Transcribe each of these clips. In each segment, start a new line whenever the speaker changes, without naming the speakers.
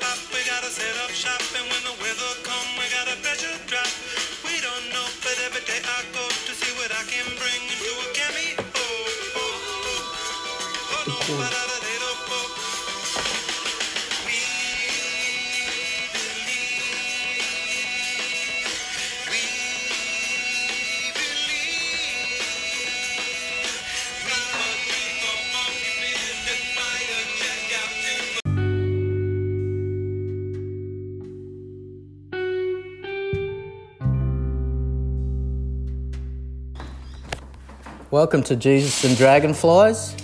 gotta set up shop, and when the weather come, we got a pressure drop. We don't know, but every day I go to see what I can bring into a cameo. Oh, oh, no, but I don't need a book. We believe, we believe. We believe for monkey business, fire, check out to
Welcome to Jesus and Dragonflies.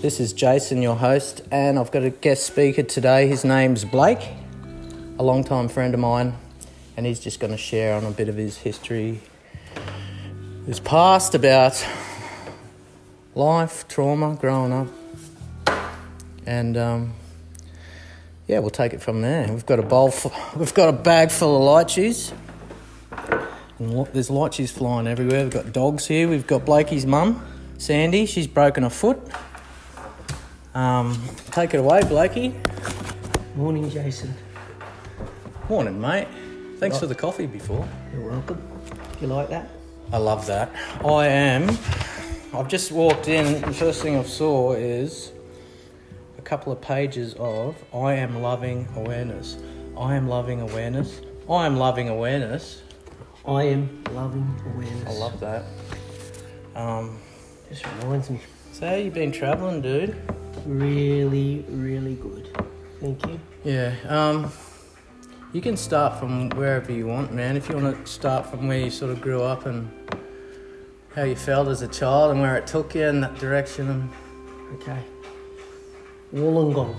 This is Jason, your host, and I've got a guest speaker today. His name's Blake, a longtime friend of mine, and he's just going to share on a bit of his history, his past about life, trauma, growing up, and um, yeah, we'll take it from there. We've got a bowl, full, we've got a bag full of lychees. And lo- there's lychees flying everywhere. We've got dogs here. We've got Blakey's mum, Sandy. She's broken a foot. Um, take it away, Blakey.
Morning, Jason.
Morning, mate. Thanks for the coffee before.
You're welcome. You like that?
I love that. I am. I've just walked in. The first thing I saw is a couple of pages of I am loving awareness. I am loving awareness. I am loving awareness.
I am loving awareness.
I love that. Um,
This reminds me.
so how you been travelling, dude?
Really, really good. Thank you.
Yeah. Um, you can start from wherever you want, man. If you want to start from where you sort of grew up and how you felt as a child and where it took you in that direction. And
Okay. Wollongong,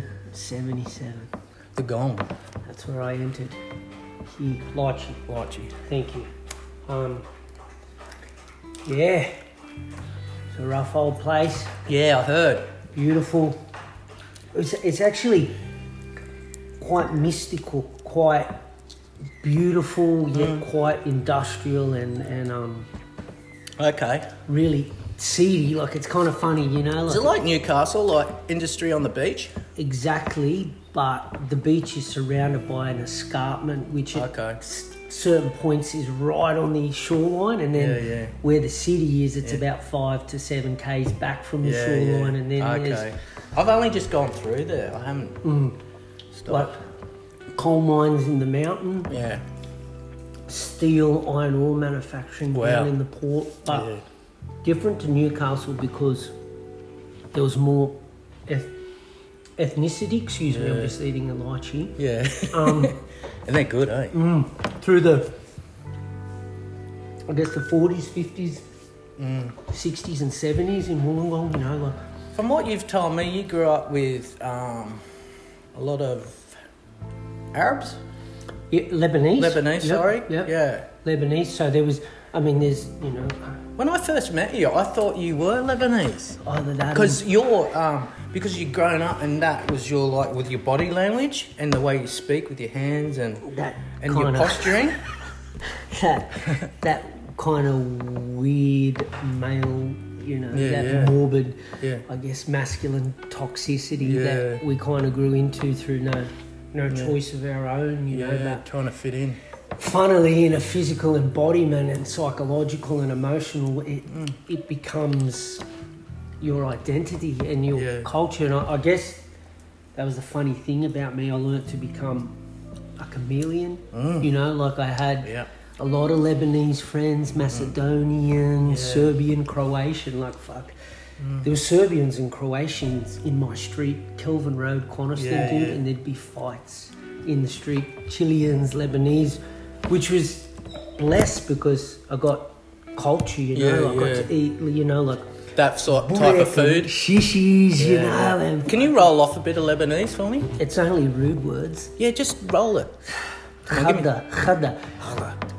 1977.
the gong,
That's where I entered. Here, Lychee.
Lychee.
Thank you. Um, yeah. It's a rough old place.
Yeah, I heard.
beautiful. It's, it's actually quite mystical, quite beautiful, yet
Mm-hmm.
quite industrial and, and um,
Okay.
really seedy. Like it's kind of funny, you know?
Is it like Newcastle, like industry on the beach?
exactly, but the beach is surrounded by an escarpment, which at
Okay.
s- certain points is right on the shoreline, and then
Yeah, yeah.
where the city is, it's about five to seven k's back from the shoreline, and then there's Mm.
okay. I've only just gone through there. I haven't
like
stopped.
coal mines in the mountain.
yeah.
steel iron ore manufacturing
Wow.
down in the port, but
Yeah.
different to Newcastle because there was more eth- ethnicity. Excuse me, I'm just eating a lychee
Yeah.
um,
and they're good, eh?
through the, I guess the 40s, 50s,
Mm.
60s, and 70s in Wollongong. You know, like
From what you've told me, you grew up with um, a lot of Arabs,
yeah, Lebanese.
Lebanese.
Yep,
sorry,
yep.
yeah.
Lebanese. So there was, I mean, there's you know
When I first met you, I thought you were Lebanese
either that. or-
because you're um, because you've grown up and that was your like with your body language and the way you speak with your hands and
that
and your
kind of-
posturing.
that that kind of weird male, you know,
Yeah,
that
yeah.
morbid,
Yeah.
I guess, masculine toxicity
Yeah.
that we kind of grew into through no no choice of our own, you know. But
trying to fit in.
funnily, in a physical embodiment and psychological and emotional, it
Mm.
it becomes your identity and your
Yeah.
culture. And I, I guess that was the funny thing about me. I learned to become a chameleon. You know, like I had
Mm. Yeah. Mm.
a lot of Lebanese friends, Macedonian, Serbian, Croatian, like fuck.
Mm.
There were Serbians and Croatians in my street, Kelvin Road, Coniston,
Yeah,
dude,
yeah.
and there'd be fights in the street. Chileans, Lebanese, which was blessed because I got culture, you know,
Yeah,
I got to
yeah.
eat, you know, like
That sort type of
burek and
food.
shishis, you know,
Yeah.
and
Can you roll off a bit of Lebanese for me?
it's only rude words.
Yeah, just roll it. Now give me-
Khada, khada,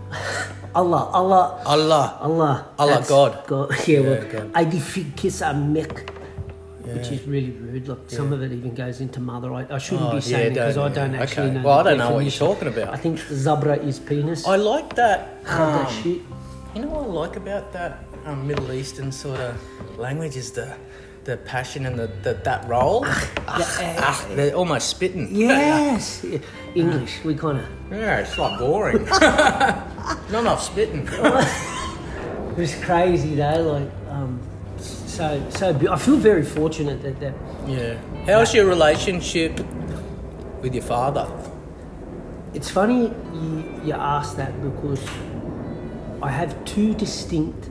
Allah, Allah.
Allah.
Allah.
Allah,
that's
God.
God. Yeah, well,
Yeah, God.
I defeat kiss a mick, which is really rude. Look, some of it even goes into mother. I, I shouldn't
Oh,
be
yeah,
saying it because I
don't-
don't
yeah,
actually
okay.
know.
Well,
the
I don't know what you're
definition.
talking about. Oh,
I think zabra is penis.
I like that.
Cut
um,
that shit.
You know what I like about that um, Middle Eastern sort of language is the the passion and the, the that role. Ah, they're almost spitting.
Yes, Yeah, English. We kind of
Yeah, it's like boring. Not enough spitting.
it was crazy though. Like um, so so. Be- I feel very fortunate that that
Yeah. How's your relationship with your father?
It's funny you, you ask that because I have two distinct.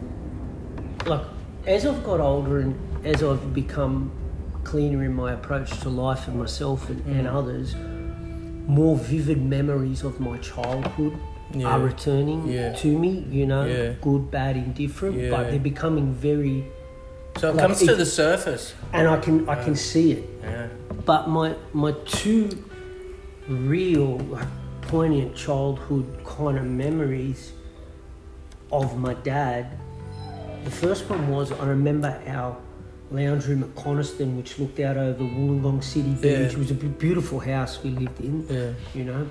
Like, as I've got older and as I've become cleaner in my approach to life and myself and,
Mm.
and others, more vivid memories of my childhood
Yeah.
are returning
Yeah.
to me, you know,
Yeah.
good, bad, indifferent,
Yeah.
but they're becoming very.
So it
Like,
comes to
if-
the surface.
And I can, I can see it
Yeah.
but my my two real like, poignant childhood kind of memories of my dad. The first one was I remember our lounge room at Coniston, which looked out over Wollongong City Beach.
Yeah.
It was a bu- beautiful house we lived in.
Yeah.
You know,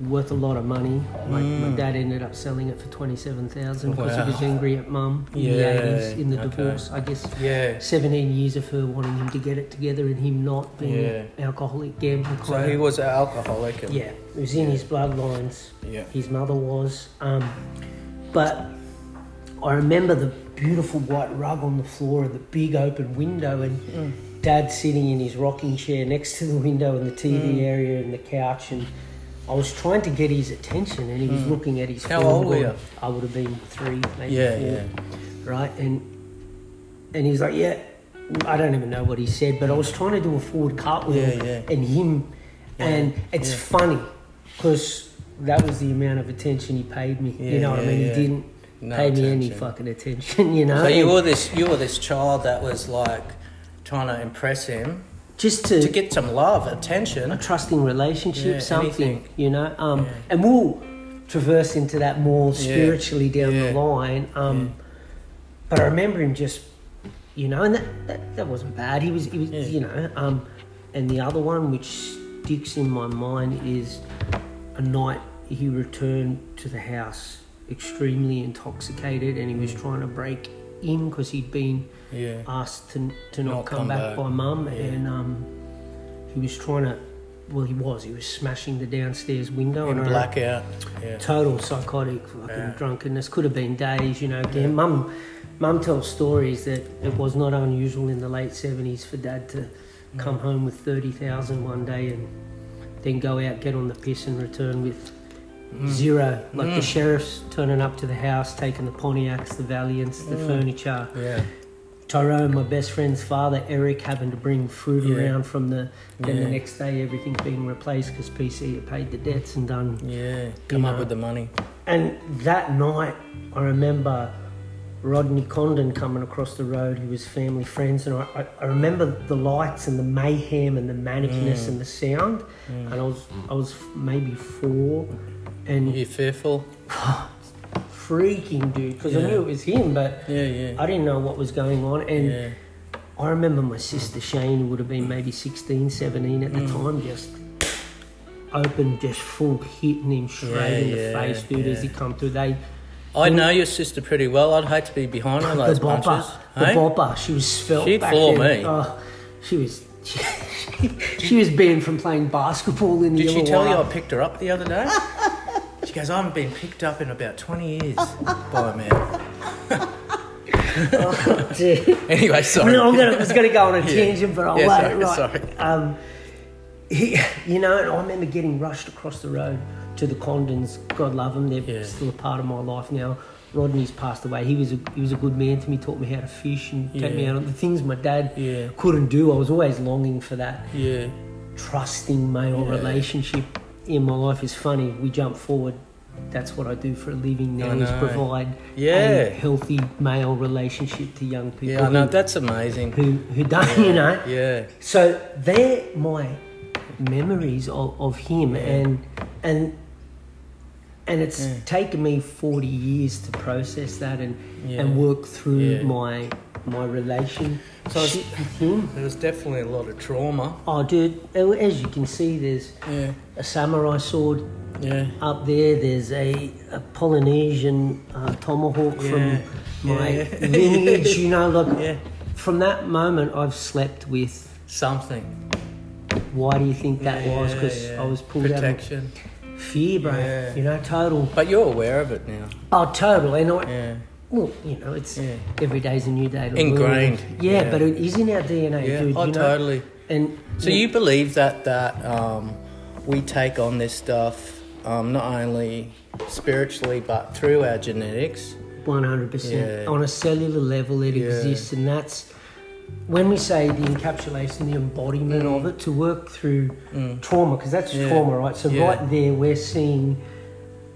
worth a lot of money. My, my dad ended up selling it for twenty seven thousand because
Mm. Wow.
he was angry at mum in the
Yeah,
eighties in the
okay.
divorce. I guess
Yeah.
17 years of her wanting him to get it together and him not being
Yeah.
alcoholic gambling
So he was an alcoholic. And,
yeah it was in his bloodlines
Yeah.
his mother was um, but i remember the beautiful white rug on the floor and the big open window and
Mm.
dad sitting in his rocking chair next to the window in the tv
Mm.
area and the couch and i was trying to get his attention and he was looking at his
Mm. How
phone
old were
going,
you?
i would have been three maybe
Yeah,
four
yeah.
right? And and he was like, yeah, I don't even know what he said, but I was trying to do a forward cartwheel
Yeah, yeah.
and him, and it's funny because that was the amount of attention he paid me.
Yeah,
you know what
yeah,
I mean?
yeah.
He didn't
No
pay me any
attention.
fucking attention. You know,
So you
And
were this you were this child that was like trying to impress him
just to,
to get some love, attention.
a trusting relationship,
Yeah,
something,
anything.
you know. Um, And we'll traverse into that more spiritually down the
yeah.
line. Um, But I remember him just, you know, and that, that, that wasn't bad. He was, he was you know. Um, and the other one which sticks in my mind is a night he returned to the house extremely intoxicated and he was trying to break in because he'd been
Mm. Yeah.
asked to, to not, come, back, by mum and um, he was trying to well he was he was smashing the downstairs window
In
and I-
blackout. Yeah.
total psychotic fucking drunkenness could have been days you know again mum mum tells stories that it was not unusual in the late 70s for dad to come home with 30,000 one day and then go out get on the piss and return with zero like the sheriff's turning up to the house taking the pontiacs the valiants the furniture
Yeah.
Tyrone, my best friend's father, Eric, having to bring food
Yeah.
around from the. Then
Yeah.
the next day, everything's being replaced because PC had paid the debts and done.
Yeah. Come up with the money.
And that night, I remember Rodney Condon coming across the road, who was family friends, and I, I, I remember the lights and the mayhem and the manicness and the
Mm.
sound. And I was I was maybe four, and
You fearful?
freaking dude because
Yeah.
I knew it was him, but
Yeah, yeah.
I didn't know what was going on. And
Yeah.
I remember my sister Shane, who would have been maybe 16, 17 at the
Mm.
time, just open, just full hitting him straight
Yeah,
in the
yeah,
face, dude, as he come through. They
I know your sister pretty well. I'd hate to be behind one of
the
those
bopper,
punches.
the
hey?
bopper. She was svelte.
She'd
back
floor
then.
me.
Oh, she was. She, was banned from playing basketball in the
Did she
Illawarra.
tell you I picked her up the other day? she goes, I haven't been picked up in about 20 years by a man.
Dude.
Anyway, sorry.
I'm gonna, I was going to go on a tangent, but I'll
Yeah,
let
sorry,
it right.
sorry.
Um, he, you know, and I remember getting rushed across the road to the Condons. God love them; they're
Yeah.
still a part of my life now. Rodney's passed away. He was a, he was a good man to me. Taught me how to fish and take me
Yeah.
out on the things my dad
Yeah.
couldn't do. I was always longing for that
Yeah.
trusting male relationship in my life is funny. We jump forward. That's what I do for a living now
I
is
know.
provide
Yeah.
a healthy male relationship to young people
Yeah, I know.
who,
That's amazing.
who, who don't, you know.
Yeah.
So they're my memories of, of him and and and it's taken me 40 years to process that and and
Yeah.
work through
Yeah.
my my relationship
it's-
with him.
There was definitely a lot of trauma.
Oh, dude, as you can see, there's
Yeah.
a samurai sword
Yeah.
up there. There's a, a Polynesian uh, tomahawk
Yeah.
from my
Yeah.
lineage. You know, like
Yeah.
from that moment, I've slept with.
Something.
Why do you think that was? 'Cause was? Because I was pulled
Protection.
out of fear, bro.
Yeah.
You know, total.
But you're aware of it now.
Oh, total. And I,
Yeah.
well, you know, it's
Yeah.
every day's a new day. To
Ingrained.
Learn. Yeah,
Yeah.
but it is in our DNA,
Yeah.
dude.
oh,
you know?
totally.
And
So you believe that that um, we take on this stuff um, not only spiritually but through our genetics.
One hundred percent.
Yeah.
On a cellular level, it
Yeah.
exists, and that's when we say the encapsulation, the embodiment of it, to work through trauma, because that's
Mm. Yeah.
trauma, right? So
Yeah.
right there, we're seeing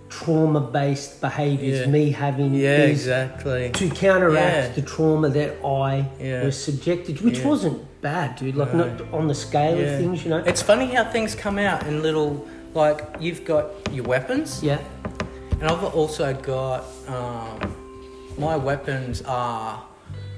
trauma-based behaviours.
Yeah.
Me having
Yeah,
these
exactly.
to counteract
Yeah.
the trauma that I
Yeah.
was subjected, to, which
Yeah.
wasn't bad, dude. Like
No.
not on the scale
Yeah.
of things, you know.
It's funny how things come out in little like you've got your weapons,
yeah,
and I've also got um, my weapons are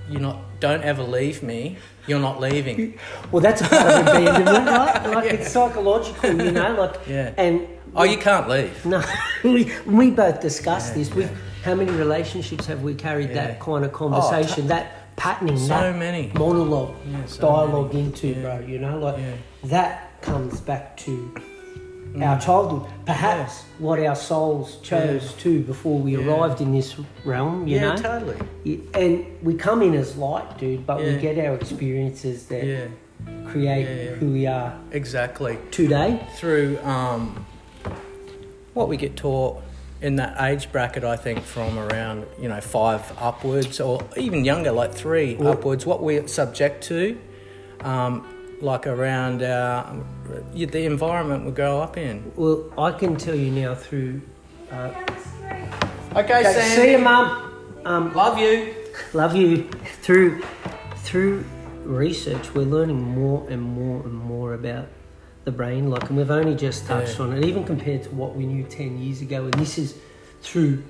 you're not don't ever leave me. You're not leaving.
well, that's a part of abandonment, right? Like it's psychological, you know. Like,
Yeah.
and
Oh, you can't leave.
No, we, we both discussed this. We've, how many relationships have we carried that
Yeah. Oh,
kind of conversation, that patterning,
So
that
many.
monologue,
so
dialogue
many.
into,
Yeah.
bro? You know, like
Yeah. Mm.
that comes back to our childhood, perhaps what our souls chose to before we arrived in this realm. You
yeah,
know,
totally.
Y- and we come in as light, dude, but we
Yeah.
get our experiences that
Yeah,
create
Yeah, yeah.
who we are
exactly.
today.
through um, what we get taught in that age bracket, I think, from around you know five upwards, or even younger, like three upwards, what we're subject to, um, like around our, the environment we grow up in.
Well, I can tell you now through. Uh,
Okay,
Okay,
Sandy.
see you, mum.
Love you.
Love you. Through through research, we're learning more and more and more about the brain. Like, and we've only just touched on it, even compared to what we knew ten years ago. And this is through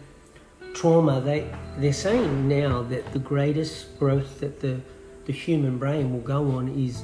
trauma. They they're saying now that the greatest growth that the the human brain will go on is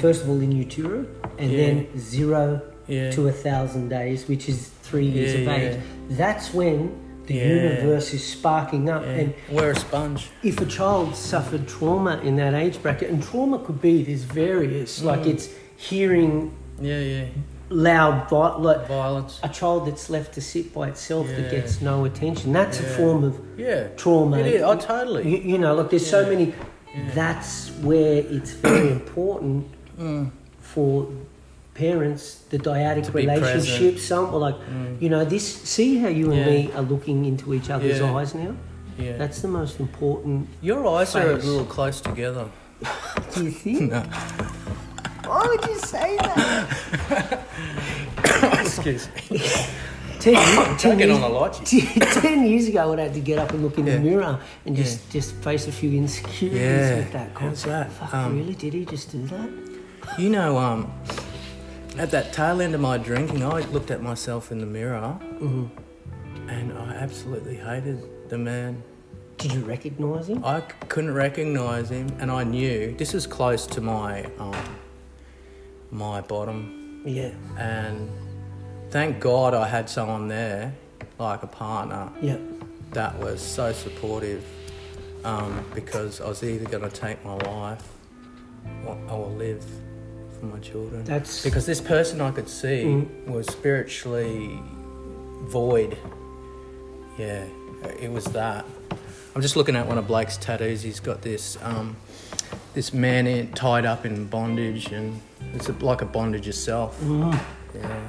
first of all in utero, and then zero
Yeah.
to a thousand days, which is three years
Yeah,
of age. That's when the
Yeah.
universe is sparking up and
We're a sponge.
if a child suffered trauma in that age bracket, and trauma could be there's
Mm.
various, like it's hearing
Yeah, yeah.
loud, vi- like
Violence.
a child that's left to sit by itself that
Yeah.
gets no attention. That's a
Yeah.
form of
Yeah.
trauma.
It is. Oh, totally.
You, you know, look, there's so many. That's where it's very important for parents, the dyadic
Mm. be present.
relationship,
Mm.
some like, you know, this. See how you and
Yeah.
me are looking into each other's
Yeah.
eyes now.
Yeah.
That's the most important.
Your eyes are a
Face.
little close together.
Do you think?
No.
Why would you say that?
Excuse me.
ten, ye- ten,
Get
years,
on a lodge.
ten years ago, I'd had to get up and look in
Yeah.
the mirror and just, just face a few insecurities
Yeah.
with that.
How's that?
Fuck,
Um,
really? Did he just do that?
You know, um, at that tail end of my drinking, I looked at myself in the mirror and I absolutely hated the man.
Did you recognise him?
I c- couldn't recognize him, and I knew this is close to my um, my bottom.
Yeah.
And thank God I had someone there, like a partner,
Yeah.
that was so supportive um, because I was either going to take my life or, or live for my children.
That's-
because this person I could see was spiritually void. Yeah, it was that. I'm just looking at one of Blake's tattoos. He's got this um, this man in, tied up in bondage, and it's a, like a bondage itself. Yeah.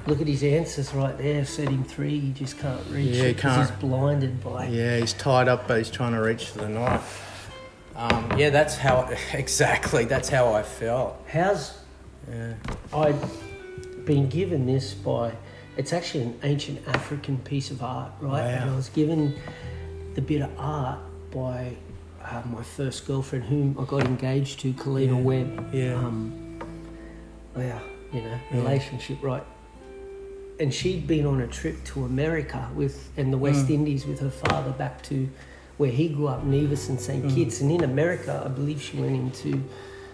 Look at his answers right there. Setting three, he just can't reach
Yeah,
it 'cause he's
can't.
blinded by.
Yeah, he's tied up, but he's trying to reach for the knife. Um, yeah, that's how exactly. That's how I felt.
How's
Yeah.
I've been given this by, it's actually an ancient African piece of art, right?
Wow.
And I was given the bit of art by uh, my first girlfriend, whom I got engaged to, Kalina Webb.
Yeah.
Um, wow, you know, relationship, right? And she'd been on a trip to America with and the West
Mm.
Indies with her father back to where he grew up, Nevis and St.
Mm.
Kitts. And in America, I believe she went into,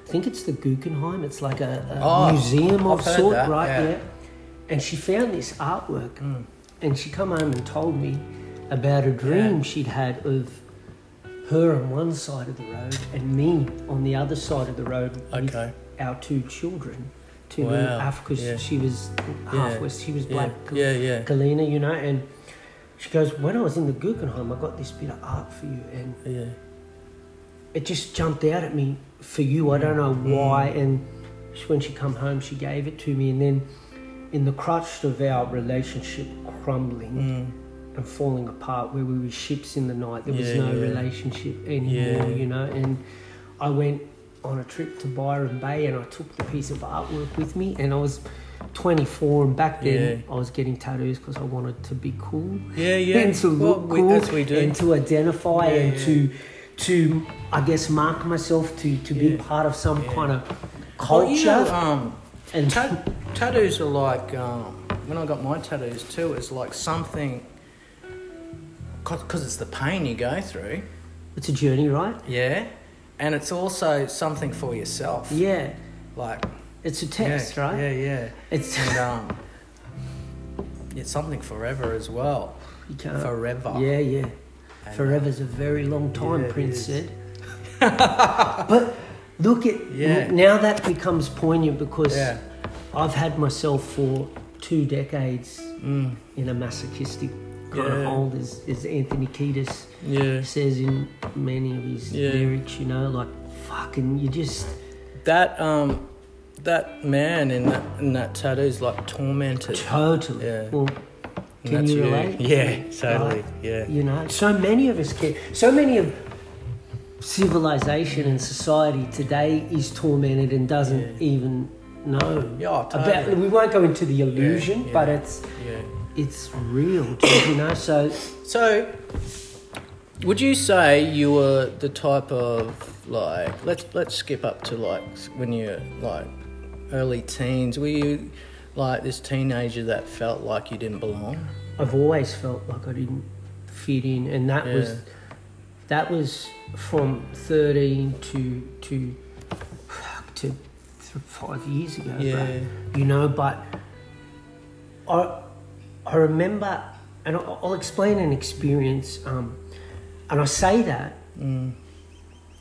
I think it's the Guggenheim. It's like a, a
Oh,
museum of
I've heard
sort,
that,
right?
yeah. Mm.
Yeah. And she found this artwork, and she come home and told me about a dream she'd had of her on one side of the road and me on the other side of the road
Okay.
with our two children to
Wow,
Africa.
yeah.
She was half West, she was
Yeah.
black.
Yeah. Yeah.
Galena, you know, and she goes, When I was in the Guggenheim, I got this bit of art for you, and
Yeah.
it just jumped out at me for you. I don't know
Mm.
why. And she, when she come home, she gave it to me, and then in the crutch of our relationship crumbling and falling apart, where we were ships in the night, there was
Mm. Yeah,
no
yeah.
relationship anymore,
Yeah.
you know. And I went on a trip to Byron Bay, and I took the piece of artwork with me, and I was. 24 and back then I was getting tattoos because I wanted to be cool
Yeah. Yeah.
and to
Well,
look
we-
cool
that's what we do.
and to identify
Yeah,
and
yeah.
to to I guess mark myself to to be
Yeah.
part of some kind of
Oh,
culture
you know,
uh,
um,
and
ta- tattoos are like um, when I got my tattoos too. It's like something because it's the pain you go through.
it's a journey, right?
Yeah, and it's also something for yourself.
Yeah,
Like
it's a test,
yeah,
right?
Yeah, yeah.
It's
And um, it's something forever as well.
you can't.
Forever.
Yeah, yeah.
And,
Forever's a very long time,
Yeah, it
Prince
is.
said. but look at
Yeah.
now that becomes poignant because
Yeah.
I've had myself for two decades
Mm.
in a masochistic
Yeah.
kind of hold, as, as Anthony Kiedis
Yeah.
says in many of his
Yeah.
lyrics. You know, like fucking, you just
That um, that man in that in that tattoo's like tormented.
totally.
Yeah.
Well,
And
can
that's
you relate?
Yeah, totally.
Right?
Yeah.
You know, so many of us can. So many of civilization and society today is tormented and doesn't even know.
Yeah, totally.
about, we won't go into the illusion,
yeah.
but it's
Yeah.
it's real, dude, you know. So
So, would you say you were the type of like let's let's skip up to like when you're like early teens? Were you like this teenager that felt like you didn't belong?
I've always felt like I didn't fit in, and that was
Yeah.
that was from thirteen to to fuck, to th- five years ago.
Yeah.
bruh. you know, but I I remember, and I- I'll explain an experience, um, and I say that.
Mm.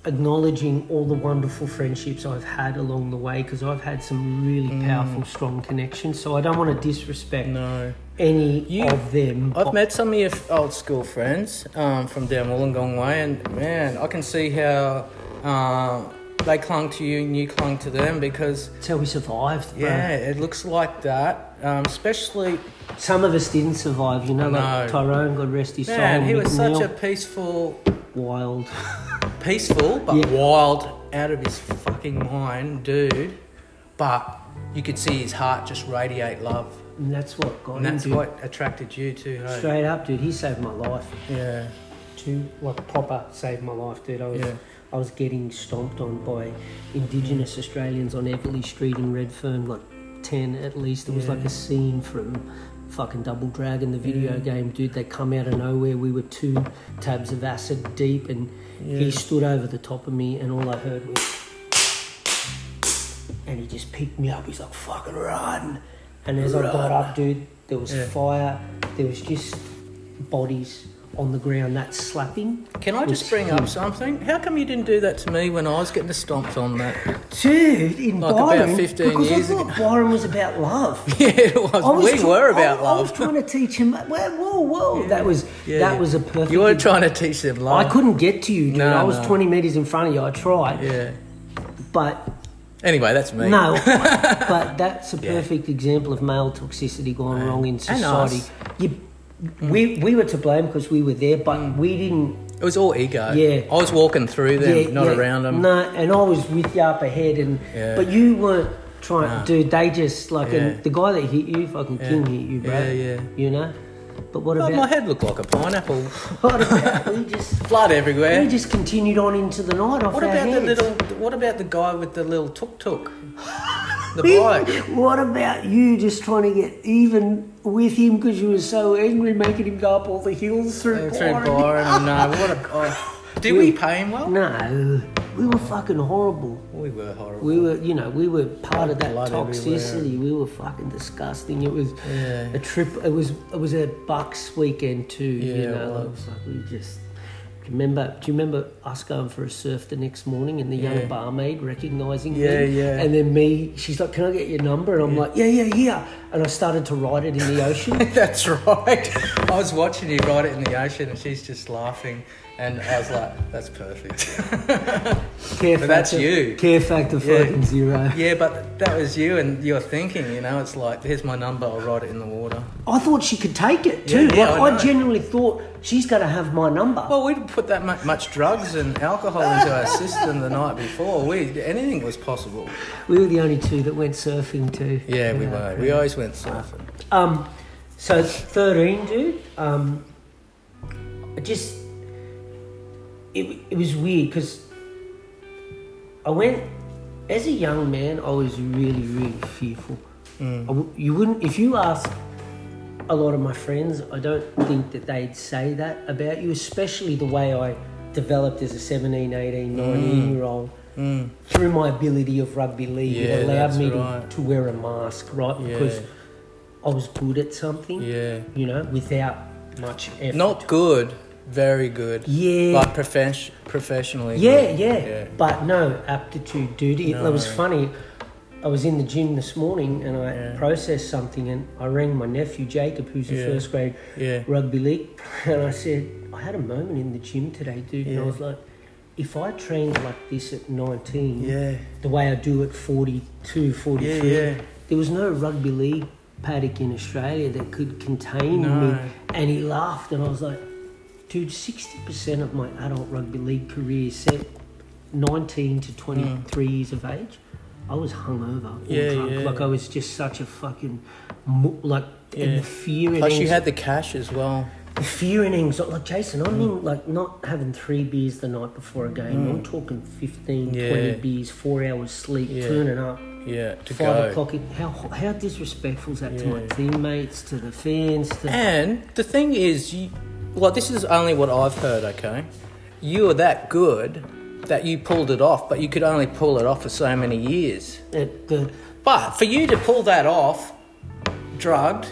Acknowledging all the wonderful friendships I've had along the way because I've had some really
Mm.
powerful, strong connections. So I don't want to disrespect
No.
any
You-
of them.
I've met some of your f- old school friends um, from down Wollongong way, and man, I can see how uh, they clung to you and you clung to them because
That's how we survived, bro.
yeah, it looks like that. Um, especially
Some of us didn't survive, you know, like
No.
Tyrone, God rest his soul.
man, he was such a
McNeil,
peaceful
wild.
peaceful but
Yeah.
wild out of his fucking mind dude but you could see his heart just radiate love
And that's what got
and
him,
that's
dude.
what attracted you to hey?
Straight up, dude, he saved my life.
yeah
Too, like, proper saved my life, dude. I was,
Yeah.
I was getting stomped on by Indigenous Australians on Everly Street in Redfern, like 10 at least. It was like a scene from fucking Double Dragon, the video game, dude. They come out of nowhere. We were two tabs of acid deep, and he stood over the top of me, and all I heard was. and he just picked me up. He's like, "Fucking run!" And as I got up, dude, there was fire. There was just bodies on the ground. That slapping,
can i just
was
bring up something how come you didn't do that to me when i was getting stomped on that
dude, in
Like about
Byron,
15
because
years
I thought Byron was about love.
yeah it was,
I was
we
try-
were
I-
about
I was
love
trying to teach him. Whoa, whoa, whoa! That was
Yeah,
that
yeah.
was a perfect.
you were trying to teach them
I
love
couldn't get to you, dude.
No,
I was
no.
20 meters in front of you. I tried,
yeah
but
anyway that's me
No, but that's a perfect example of male toxicity gone wrong in society.
us.
You, we, we were to blame because we were there, but
Mm.
we didn't.
it was all ego
Yeah.
i was walking through them
yeah,
not
yeah,
around them
No, and I was with you up ahead, and
Yeah.
but you weren't trying. Dude, they just like
Yeah.
and the guy that hit you, fucking king hit you, bro.
Yeah, yeah.
You know. But what
Oh,
about?
my head looked like a pineapple
What about we just
blood everywhere
we just continued on into the night off
What
our
about the
heads.
little? What about the guy with the little tuk tuk? The
He-
bike.
What about you just trying to get even with him because you were so angry, making him go up all the hills through,
Through
Byron?
Byron, no. What a. Oh, did we pay him well?
No, we were fucking horrible.
We were horrible.
We were, you know, we were part of that
Blood
toxicity. We were fucking disgusting. It was
Yeah.
a trip. It was it was a Bucks weekend too.
Yeah,
you
it
know, like,
was.
like we just Remember, do you remember us going for a surf the next morning and the
Yeah.
young barmaid recognizing
Yeah,
me?
yeah.
And then me, she's like, Can I get your number? And I'm like, Yeah, yeah, yeah. And I started to write it in the ocean.
That's right. I was watching you ride it in the ocean, and she's just laughing, and I was like, "That's perfect."
Care
But that's
factor-
you.
Care factor
Yeah.
fucking zero.
yeah, but that was you and your thinking. You know, it's like, "Here's my number. I'll ride it in the water."
I thought she could take it too.
Yeah, yeah,
like,
I
I,
know.
genuinely thought she's going to have my number.
Well, we'd put that mu- much drugs and alcohol into our system the night before. We anything was possible.
we were the only two that went surfing too.
Yeah, we
You know.
were. We always went surfing.
Um, so thirteen, dude. Um, I just it it was weird because I went as a young man. I was really really fearful.
Mm.
I w- you wouldn't if you ask a lot of my friends. I don't think that they'd say that about you, especially the way I developed as a 17,
Mm.
18, 19 year old. Through my ability of rugby league,
Yeah,
it allowed
that's
me to,
right.
to wear a mask, right? Because I was good at something.
Yeah.
You know, without much effort.
Not good, very good.
Yeah.
But profen- professionally.
Yeah,
good.
yeah, But no aptitude, dude. It, it was funny. I was in the gym this morning and I processed something and I rang my nephew Jacob, who's a
Yeah.
first grade
Yeah.
rugby league, and I said, I had a moment in the gym today, dude, and I was like, if I trained like this at 19,
Yeah.
the way I do at 42, 43,
Yeah, yeah.
there was no rugby league paddock in Australia that could contain
No.
me. And he laughed, and I was like, dude, 60% of my adult rugby league career set 19 to 23 years of age. I was hungover, all
Yeah,
drunk.
yeah.
Like I was just such a fucking, mo- like, and
Yeah.
the fear. and
Plus, you
anxiety-
had the cash as well.
the fear and anxiety. Like, Jason, I mean, like, not having three beers the night before a game. I'm talking 15,
Mm. Yeah.
20 beers, four hours sleep,
Yeah.
turning up,
Yeah, to
five
go.
o'clock. in- How, how disrespectful is that to my teammates, to the fans? To,
And the thing is, you, well, this is only what I've heard, okay? You were that good that you pulled it off, but you could only pull it off for so many years.
at the,
But for you to pull that off, drugged,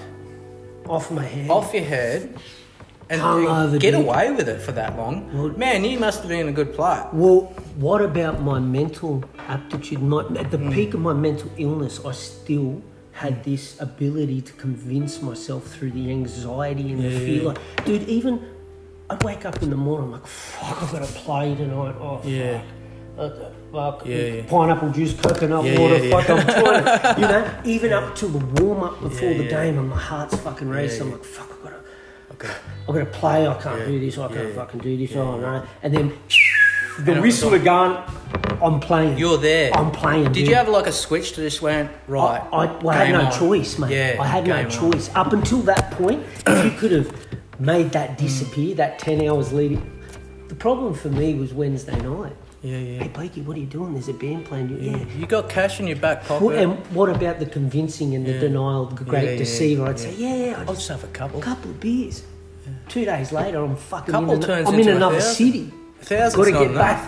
off my head.
off your head, and
Hungover,
get
dude.
away with it for that long, man, you must have been a good player.
Well, what about my mental aptitude? My, at
Hmm.
the peak of my mental illness, I still had this ability to convince myself through the anxiety and the fear. Like, dude, even I'd wake up in the morning, I'm like, fuck, I've got to play tonight. Oh,
Yeah.
fuck. Uh, Fuck,
Yeah, yeah.
pineapple juice, coconut
Yeah,
water,
yeah, yeah.
fuck, I'm trying to, you know, even up till the warm up before
Yeah,
the
yeah.
game, and my heart's fucking racing. I'm like, fuck, I've got to, I've got to play, I can't
Yeah,
do this, I can't
yeah.
fucking do this, oh no. And then the
And it was
whistle had gone, I'm playing.
You're there.
I'm playing.
Did
dude.
you have like a switch that just went right?
I, I, well, I had
game
no
on.
choice, mate.
Yeah,
I had no
game on.
choice. Up until that point, if you could have made that
Mm.
disappear, that 10 hours leading. The problem for me was Wednesday night.
Yeah, yeah.
Hey, Blakey, what are you doing? There's a band playing. You- Yeah.
You got cash in your back pocket.
What, and what about the convincing and the denial, the great
Yeah, yeah,
deceiver?
yeah.
I'd say, yeah, yeah, I
I'll
just
just have a couple.
a couple of beers. Two days later, I'm fucking
Couple
in, an-
turns
I'm in
into a
another
thousand.
city.
A thousand's
Got to
not
get
enough.
back,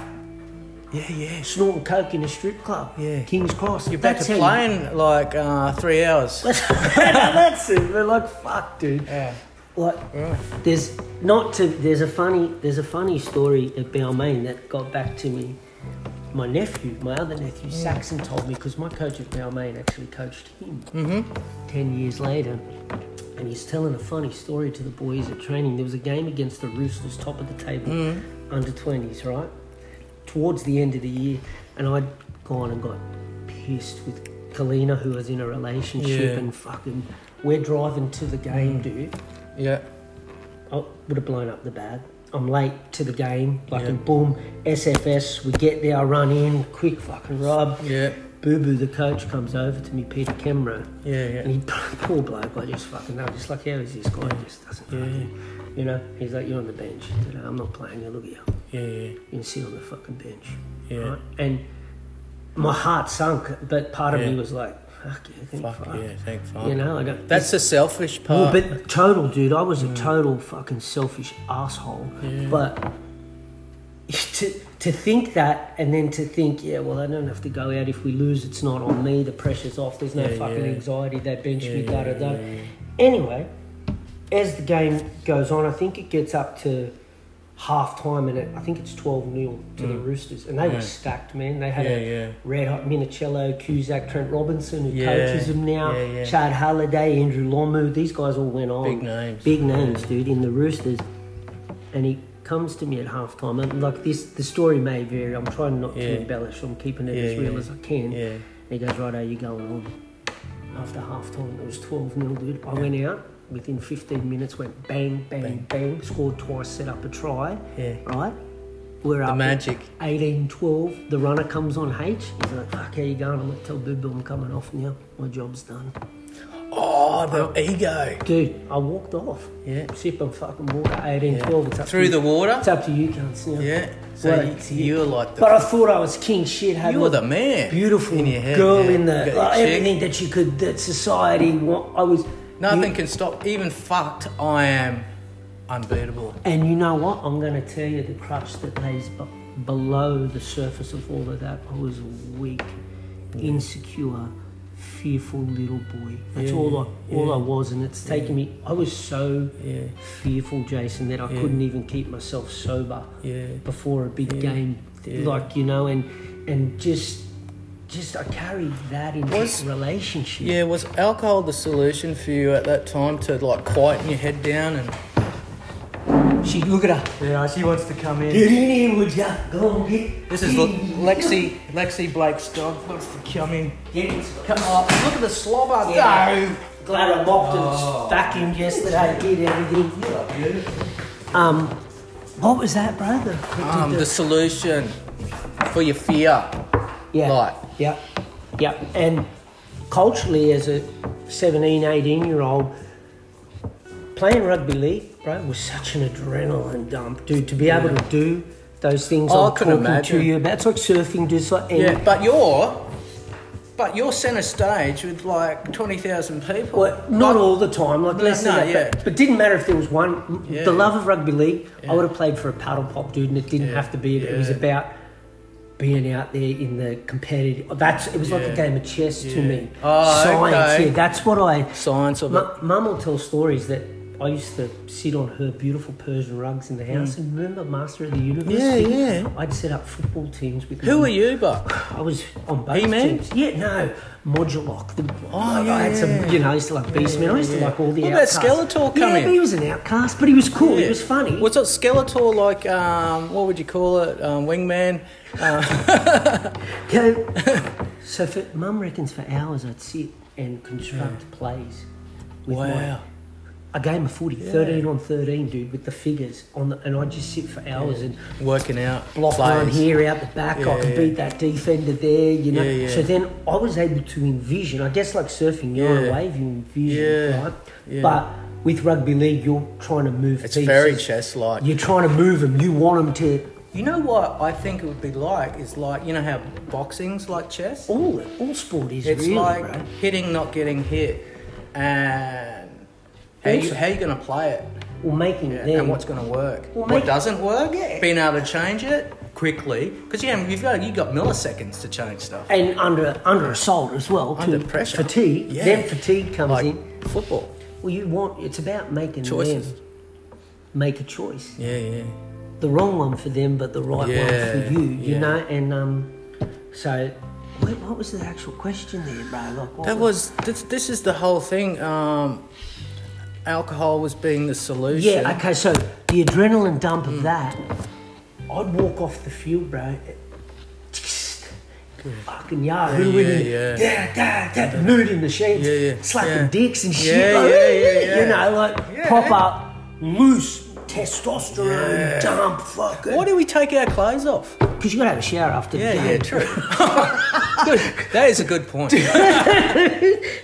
Yeah, yeah.
snorting coke in a strip club.
Yeah.
King's Cross.
You're back
That's
to
how you-
playing like uh, three hours.
That's it. We're like, fuck, dude.
Yeah.
Like, there's not to. There's a funny. There's a funny story at Balmain that got back to me. My nephew, my other nephew, Saxon, told me because my coach at Balmain actually coached him ten years later, and he's telling a funny story to the boys at training. There was a game against the Roosters, top of the table, under twenties, right? Towards the end of the year, and I'd gone and got pissed with Kalina, who was in a relationship,
Yeah.
and fucking, we're driving to the game, dude.
Yeah.
I Oh, would have blown up the bag. I'm late to the game, fucking boom, SFS, we get there, I run in, quick fucking rub.
Yeah.
Boo Boo, the coach, comes over to me, Peter Kemro.
Yeah, yeah.
And he, poor bloke, I just fucking, I'm just like, how is this guy? He just doesn't fucking, you know? He's like, you're on the bench today, I'm not playing you, look at you.
Yeah, yeah.
You can sit on the fucking bench.
Yeah.
And my heart sunk, but part of
Yeah.
me was like, fuck yeah, thank
Fuck,
fuck.
yeah, thank fuck.
You know, I don't.
That's the selfish
Well,
part. Mm.
but total, dude. I was a total fucking selfish asshole. But to to think that, and then to think, yeah, well, I don't have to go out if we lose. It's not on me. The pressure's off. There's no
Yeah,
fucking
yeah.
anxiety. They bench me.
Yeah,
Da da
yeah,
da.
yeah,
Anyway, as the game goes on, I think it gets up to half time and it, I think it's 12 0 to the
Mm.
Roosters. And they
Yeah.
were stacked, man. They had
Yeah,
a
yeah.
red hot Minicello, Cusack, Trent Robinson, who
Yeah,
coaches them now,
yeah, yeah.
Chad Halliday, Andrew Lomu. These guys all went on.
Big names.
Big names, dude, in the Roosters. And he comes to me at half time. And like this, the story may vary. I'm trying not
Yeah.
to embellish, I'm keeping it
Yeah,
as real
yeah.
as I can.
Yeah.
And he goes, Right, are you going on? After half time, it was 12 0, dude. I went out within 15 minutes, went bang, bang, bang, scored twice, set up a try.
Yeah.
Right? We're up
magic.
18 12. The runner comes on H. He's like, Fuck, how you going? I'm like, Tell Boo Boo I'm coming off now. My job's done.
Oh, the ego.
Dude, I walked off.
Yeah.
Sipping fucking water, 18 12. It's up
Through
to
the
you.
water?
It's up to you, cunts. now.
Yeah. So
Well,
you, so you were like the.
But I thought I was king shit. Had
You were the man.
Beautiful
In your head,
girl
yeah.
in
You got
the
your
like,
chick.
everything that you could that society. Want. I was
Nothing
you-
can stop. Even fucked, I am unbeatable.
and you know what? I'm going to tell you the crutch that lays b- below the surface of all of that. I was a weak, insecure, fearful little boy. That's all I all I was, and it's taken me. I was so fearful, Jason, that I couldn't even keep myself sober
Yeah.
before a big game, like you know, and and just just I carried that into
Was-
relationship.
Yeah, was alcohol the solution for you at that time to like quieten your head down and
She look at her.
Yeah, she wants to come in.
Get in here, would ya? Go on, get.
This is Le- Lexi Lexi Blake's dog wants to come in.
Get into it.
Come up. Look at the slobber.
Yeah. Glad I mopped
Oh,
and vacuumed yesterday. Did everything. Um, what was that, bro? The-
No.
the-
Um,
the-
the solution for your fear.
yeah,
like-
yeah, yeah. And culturally, as a 17, 18 year old, playing rugby league, bro, was such an adrenaline dump, dude. To be able to do those things
Oh, I
I'm
can
talking
imagine.
to you about, it's like surfing, just like and
Yeah, but you're, but you're centre stage with like twenty thousand people.
Well, not all the time. Like less
no,
than that,
yeah.
but, but didn't matter if there was one.
Yeah.
The love of rugby league, I would have played for a paddle pop dude, and it didn't have to be. It was
Yeah.
about being out there in the competitive. That's it was like a
Yeah.
game of chess to me.
Oh,
Science,
okay.
yeah, that's what I.
Science of it.
M- Mum will tell stories that I used to sit on her beautiful Persian rugs in the house, and remember Master of the Universe.
Hmm. Yeah,
thing?
yeah.
I'd set up football teams with.
Who
Mum.
are you, but
I was on both
He-Man?
teams. Yeah, no, Modulok. The, oh,
yeah,
I had some,
yeah.
you know, I used to like Beastman. I used to like all the.
What about
outcasts.
Skeletor come
Yeah,
in?
but he was an outcast, but he was cool. He was funny.
Was it Skeletor like? Um, what would you call it? Um, wingman.
Okay. so for Mum reckons for hours I'd sit and construct plays. With
Wow.
My, a game of footy, thirteen on thirteen, dude, with the figures on, the, and I would just sit for hours and
Working out.
block one
players.
here, out the back. I can
yeah.
beat that defender there, you know.
Yeah, yeah.
So then I was able to envision. I guess like surfing, you're on a
Yeah.
wave, you envision,
Yeah,
right?
yeah.
But with rugby league, you're trying to move.
It's
pieces.
very chess-like.
You're trying to move them. You want them to
You know what I think it would be like is like you know how boxing's like chess.
all. All sport is
It's
really,
like
bro.
hitting, not getting hit, and how you
Also-
how you gonna play it,
Or making them.
and what's gonna work,
Well,
what
make-
doesn't work,
Yeah.
being able to change it quickly because you haven't- you've got you've got milliseconds to change stuff.
and under under assault as well. too.
Under pressure.
fatigue.
Yeah.
Then fatigue comes
Like
in.
football,
Well, you want. It's about making
Choices.
them make a choice.
yeah, yeah,
the wrong one for them, but the right
Yeah,
one for you. You
yeah.
know, and um, so what, what was the actual question there, bro? Like, what
that was this, this is the whole thing. Um, alcohol was being the Mm. solution.
Yeah. Okay. So the adrenaline dump of that, I'd walk off the field, bro. Just Fucking yahoo
Yeah,
with
yeah,
it. Da, da, da, nude in the sheets,
Yeah, yeah,
slapping
yeah.
dicks and shit.
Yeah,
like,
yeah, yeah, yeah.
You know, like pop up, loose testosterone dump, fucking.
Why do we take our clothes off?
Because you gotta have a shower after the
Yeah,
game.
yeah, true. good. That is a good point.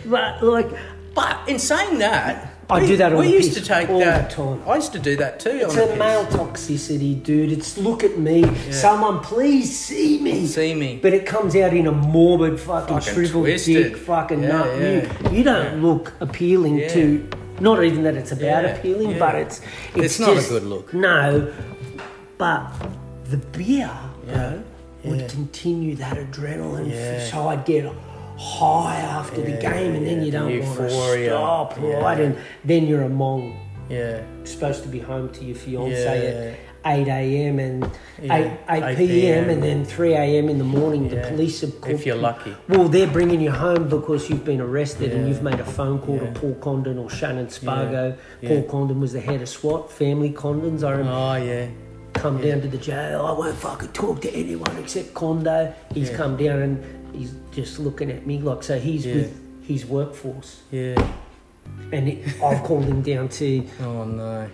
But like,
But in saying that,
I
we,
do that on
we
the
used
piss
to take
all
that.
the time.
I used to do that too.
It's
on the
a
piss.
male toxicity, dude. It's look at me, someone please see me.
See me.
But it comes out in a morbid fucking,
Fucking
shriveled
twisted.
dick fucking
Yeah,
nut.
yeah.
You, you don't look appealing
Yeah.
to. Not even that it's about
Yeah,
appealing,
yeah.
but it's it's,
It's not a
just-
good look.
No, but the beer, bro,
Yeah.
would continue that adrenaline.
Yeah.
So I'd get high after the game, and then
yeah,
you
the
don't want to
euphoria.
stop,
Yeah.
right? And then you're a mong
Yeah.
supposed to be home to your fiance
Yeah.
at 8 a.m. and
Yeah,
8, 8
8
p.m. and
PM.
then 3 a.m. in the morning. The
Yeah,
police have called.
if you're lucky.
Well, they're bringing you home because you've been arrested and
Yeah.
you've made a phone call
Yeah.
to Paul Condon or Shannon Spargo.
Yeah.
Paul Condon was the head of SWAT, family Condons. I remember
Oh yeah.
come down to the jail. I won't fucking talk to anyone except Kondo. He's
Yeah.
come down and he's just looking at me like so. He's
Yeah.
with his workforce,
Yeah.
and it, I've called him down to
Oh no.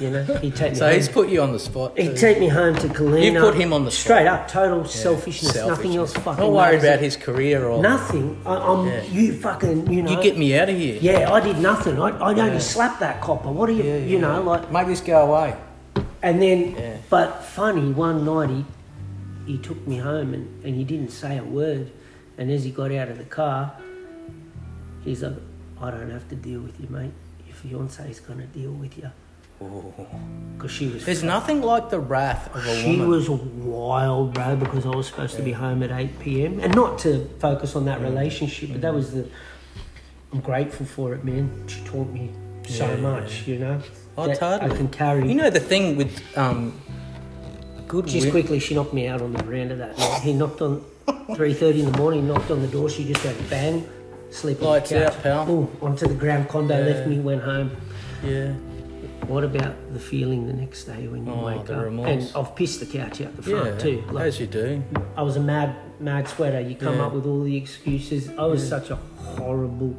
you know he take me.
So he's
home.
put you on the spot.
He'd
too.
take me home to Kalina.
You put him on the spot.
straight up, total selfishness, nothing
Selfishness.
else. Fucking
Not worried
matters.
about his career or
nothing. I, I'm
Yeah.
you fucking you know.
You get me out of here.
yeah, I did nothing. I, I'd only slap that copper. What are you,
Yeah,
you
yeah.
know, like?
Make this go away.
And then,
Yeah.
but funny, one night he, he took me home and, and he didn't say a word. And as he got out of the car, he's like, I don't have to deal with you, mate. Your fiance's going to deal with you.
Oh.
Because she was.
There's nothing like the wrath of a
She
woman.
was wild, bro, because I was supposed to be home at 8 p.m. And not to focus on that relationship, but that was the. I'm grateful for it, man. She taught me so
Yeah, yeah,
much, you know.
Oh,
that I
totally.
can carry.
You know the thing with um, good
Just
wi-
quickly, she knocked me out on the veranda that night. He knocked on 3.30 in the morning, knocked on the door. She just went bang, sleep on the
Lights
couch.
out, pal.
Boom, onto the ground. Condo left me, went home.
Yeah.
What about the feeling the next day when you
Oh,
wake
the
up?
remorse.
And I've pissed the couch out the front
Yeah.
too. Like,
as you do.
I was a mad, mad sweater. You come
Yeah.
up with all the excuses. I was such a horrible,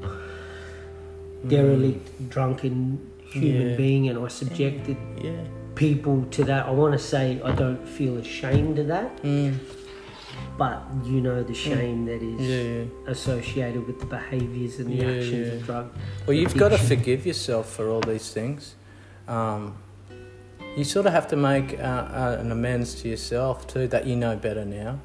Mm.
derelict, drunken human
Yeah.
being, and I subjected
Yeah.
people to that. I want to say I don't feel ashamed of that,
Mm.
but you know the shame that is
Yeah, yeah.
associated with the behaviours and the
Yeah,
actions
yeah.
of drug.
Well, you've got to
addiction.
forgive yourself for all these things. Um, you sort of have to make uh, uh, an amends to yourself too that you know better now,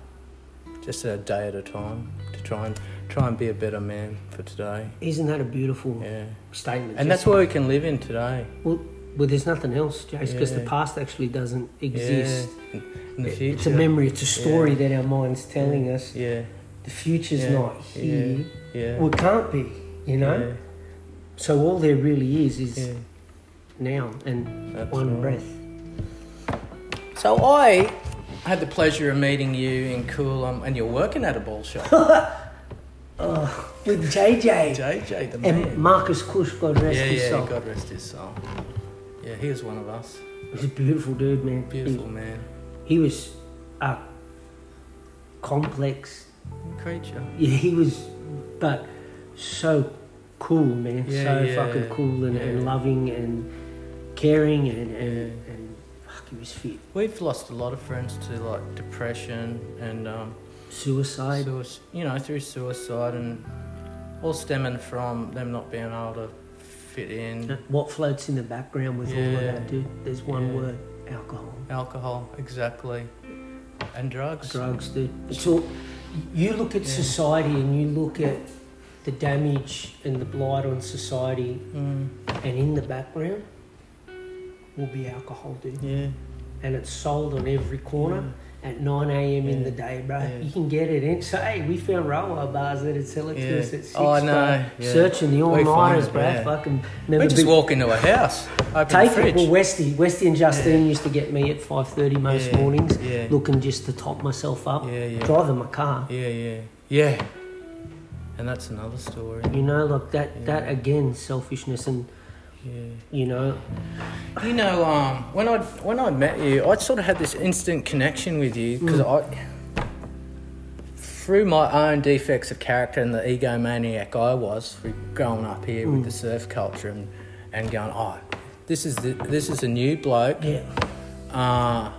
just a day at a time to try and try and be a better man for today.
Isn't that a beautiful
Yeah,
statement?
and that's
Just-
where we can live in today.
well, well, there's nothing else, Jace, because the
Yeah.
past actually doesn't
Yeah,
exist.
in the future.
It's a memory. It's a story that our mind's telling us.
Yeah,
The future's
Yeah,
not here.
yeah.
Well, it can't be. You know.
yeah,
So all there really is is
yeah.
now and
That's
one
right.
breath.
So I had the pleasure of meeting you in Coolum, and you're working at a ball shop.
With JJ.
JJ, the man.
And Marcus Cush, God rest
yeah,
his
yeah.
soul.
God rest his soul. Yeah, he was one of us.
He's a beautiful dude, man. He-
Beautiful man,
He, was a complex.
creature.
Yeah, he was, but so cool, man.
Yeah,
so
yeah,
fucking cool and, and
yeah.
loving and caring and and, and fuck, he was fit.
We've lost a lot of friends to like depression and um,
Suicide.
suicide, you know, through suicide and all stemming from them not being able to fit in.
What floats in the background with all of
Yeah.
that, dude? There's one
Yeah.
word: alcohol.
Alcohol, exactly, and drugs.
drugs do. It's all, you look at society and you look at the damage and the blight on society,
Mm,
and in the background will be alcohol, dude.
yeah,
And it's sold on every corner. At 9 a.m. in the day, bro,
Yeah.
you can get it in. So, hey, we found railway bars that'd sell it to
Yeah.
us at 6
Oh, I
bro.
know. Yeah.
Searching the
We find
all-nighters,
it,
bro.
yeah.
Fucking
we
remember
just
big-
walk into a house, open the
Take it.
fridge.
Well, Westy, Westy and Justine used to get me at five thirty most
Yeah,
mornings,
yeah.
looking just to top myself up.
Yeah, yeah.
Driving my car,
yeah, yeah, yeah. And that's another story.
you know, like that. That again, selfishness, and
Yeah.
you know,
You know, um, when I when I met you, I sort of had this instant connection with you because I, through my own defects of character and the egomaniac I was, through growing up here with the surf culture and, and going, oh, this is the, this is a new bloke,
yeah,
uh,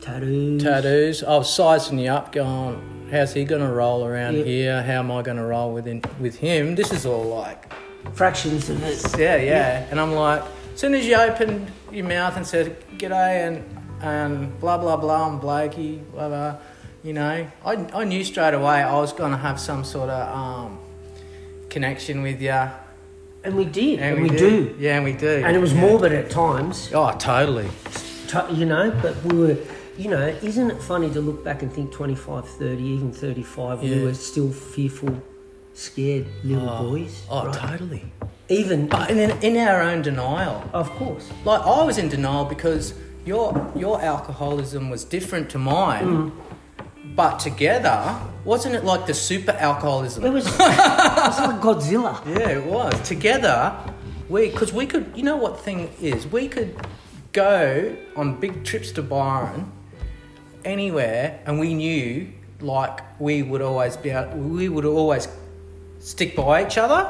tattoos.
tattoos. I was sizing you up, going, how's he gonna roll around
Yeah.
here? How am I gonna roll with him, with him? This is all like
fractions of it.
Yeah, yeah, And I'm like, as soon as you opened your mouth and said "g'day" and and blah blah blah, I'm Blakey, blah blah, you know, I I knew straight away I was gonna have some sort of um connection with you, and,
And we did, and, we, do.
yeah, and we do,
And it was morbid at times,
oh totally,
t- you know, but we were. You know, isn't it funny to look back and think 25, 30, even 35, we
Yeah.
were still fearful, scared little boys?
oh
right?
totally.
Even,
But in in our own denial,
of course.
like I was in denial because your your alcoholism was different to mine,
Mm.
but together wasn't it like the super alcoholism?
It was, it was like Godzilla.
Yeah, it was. Together, we because we could. You know what thing is? We could go on big trips to Byron, anywhere, and we knew like we would always be out. We would always stick by each other,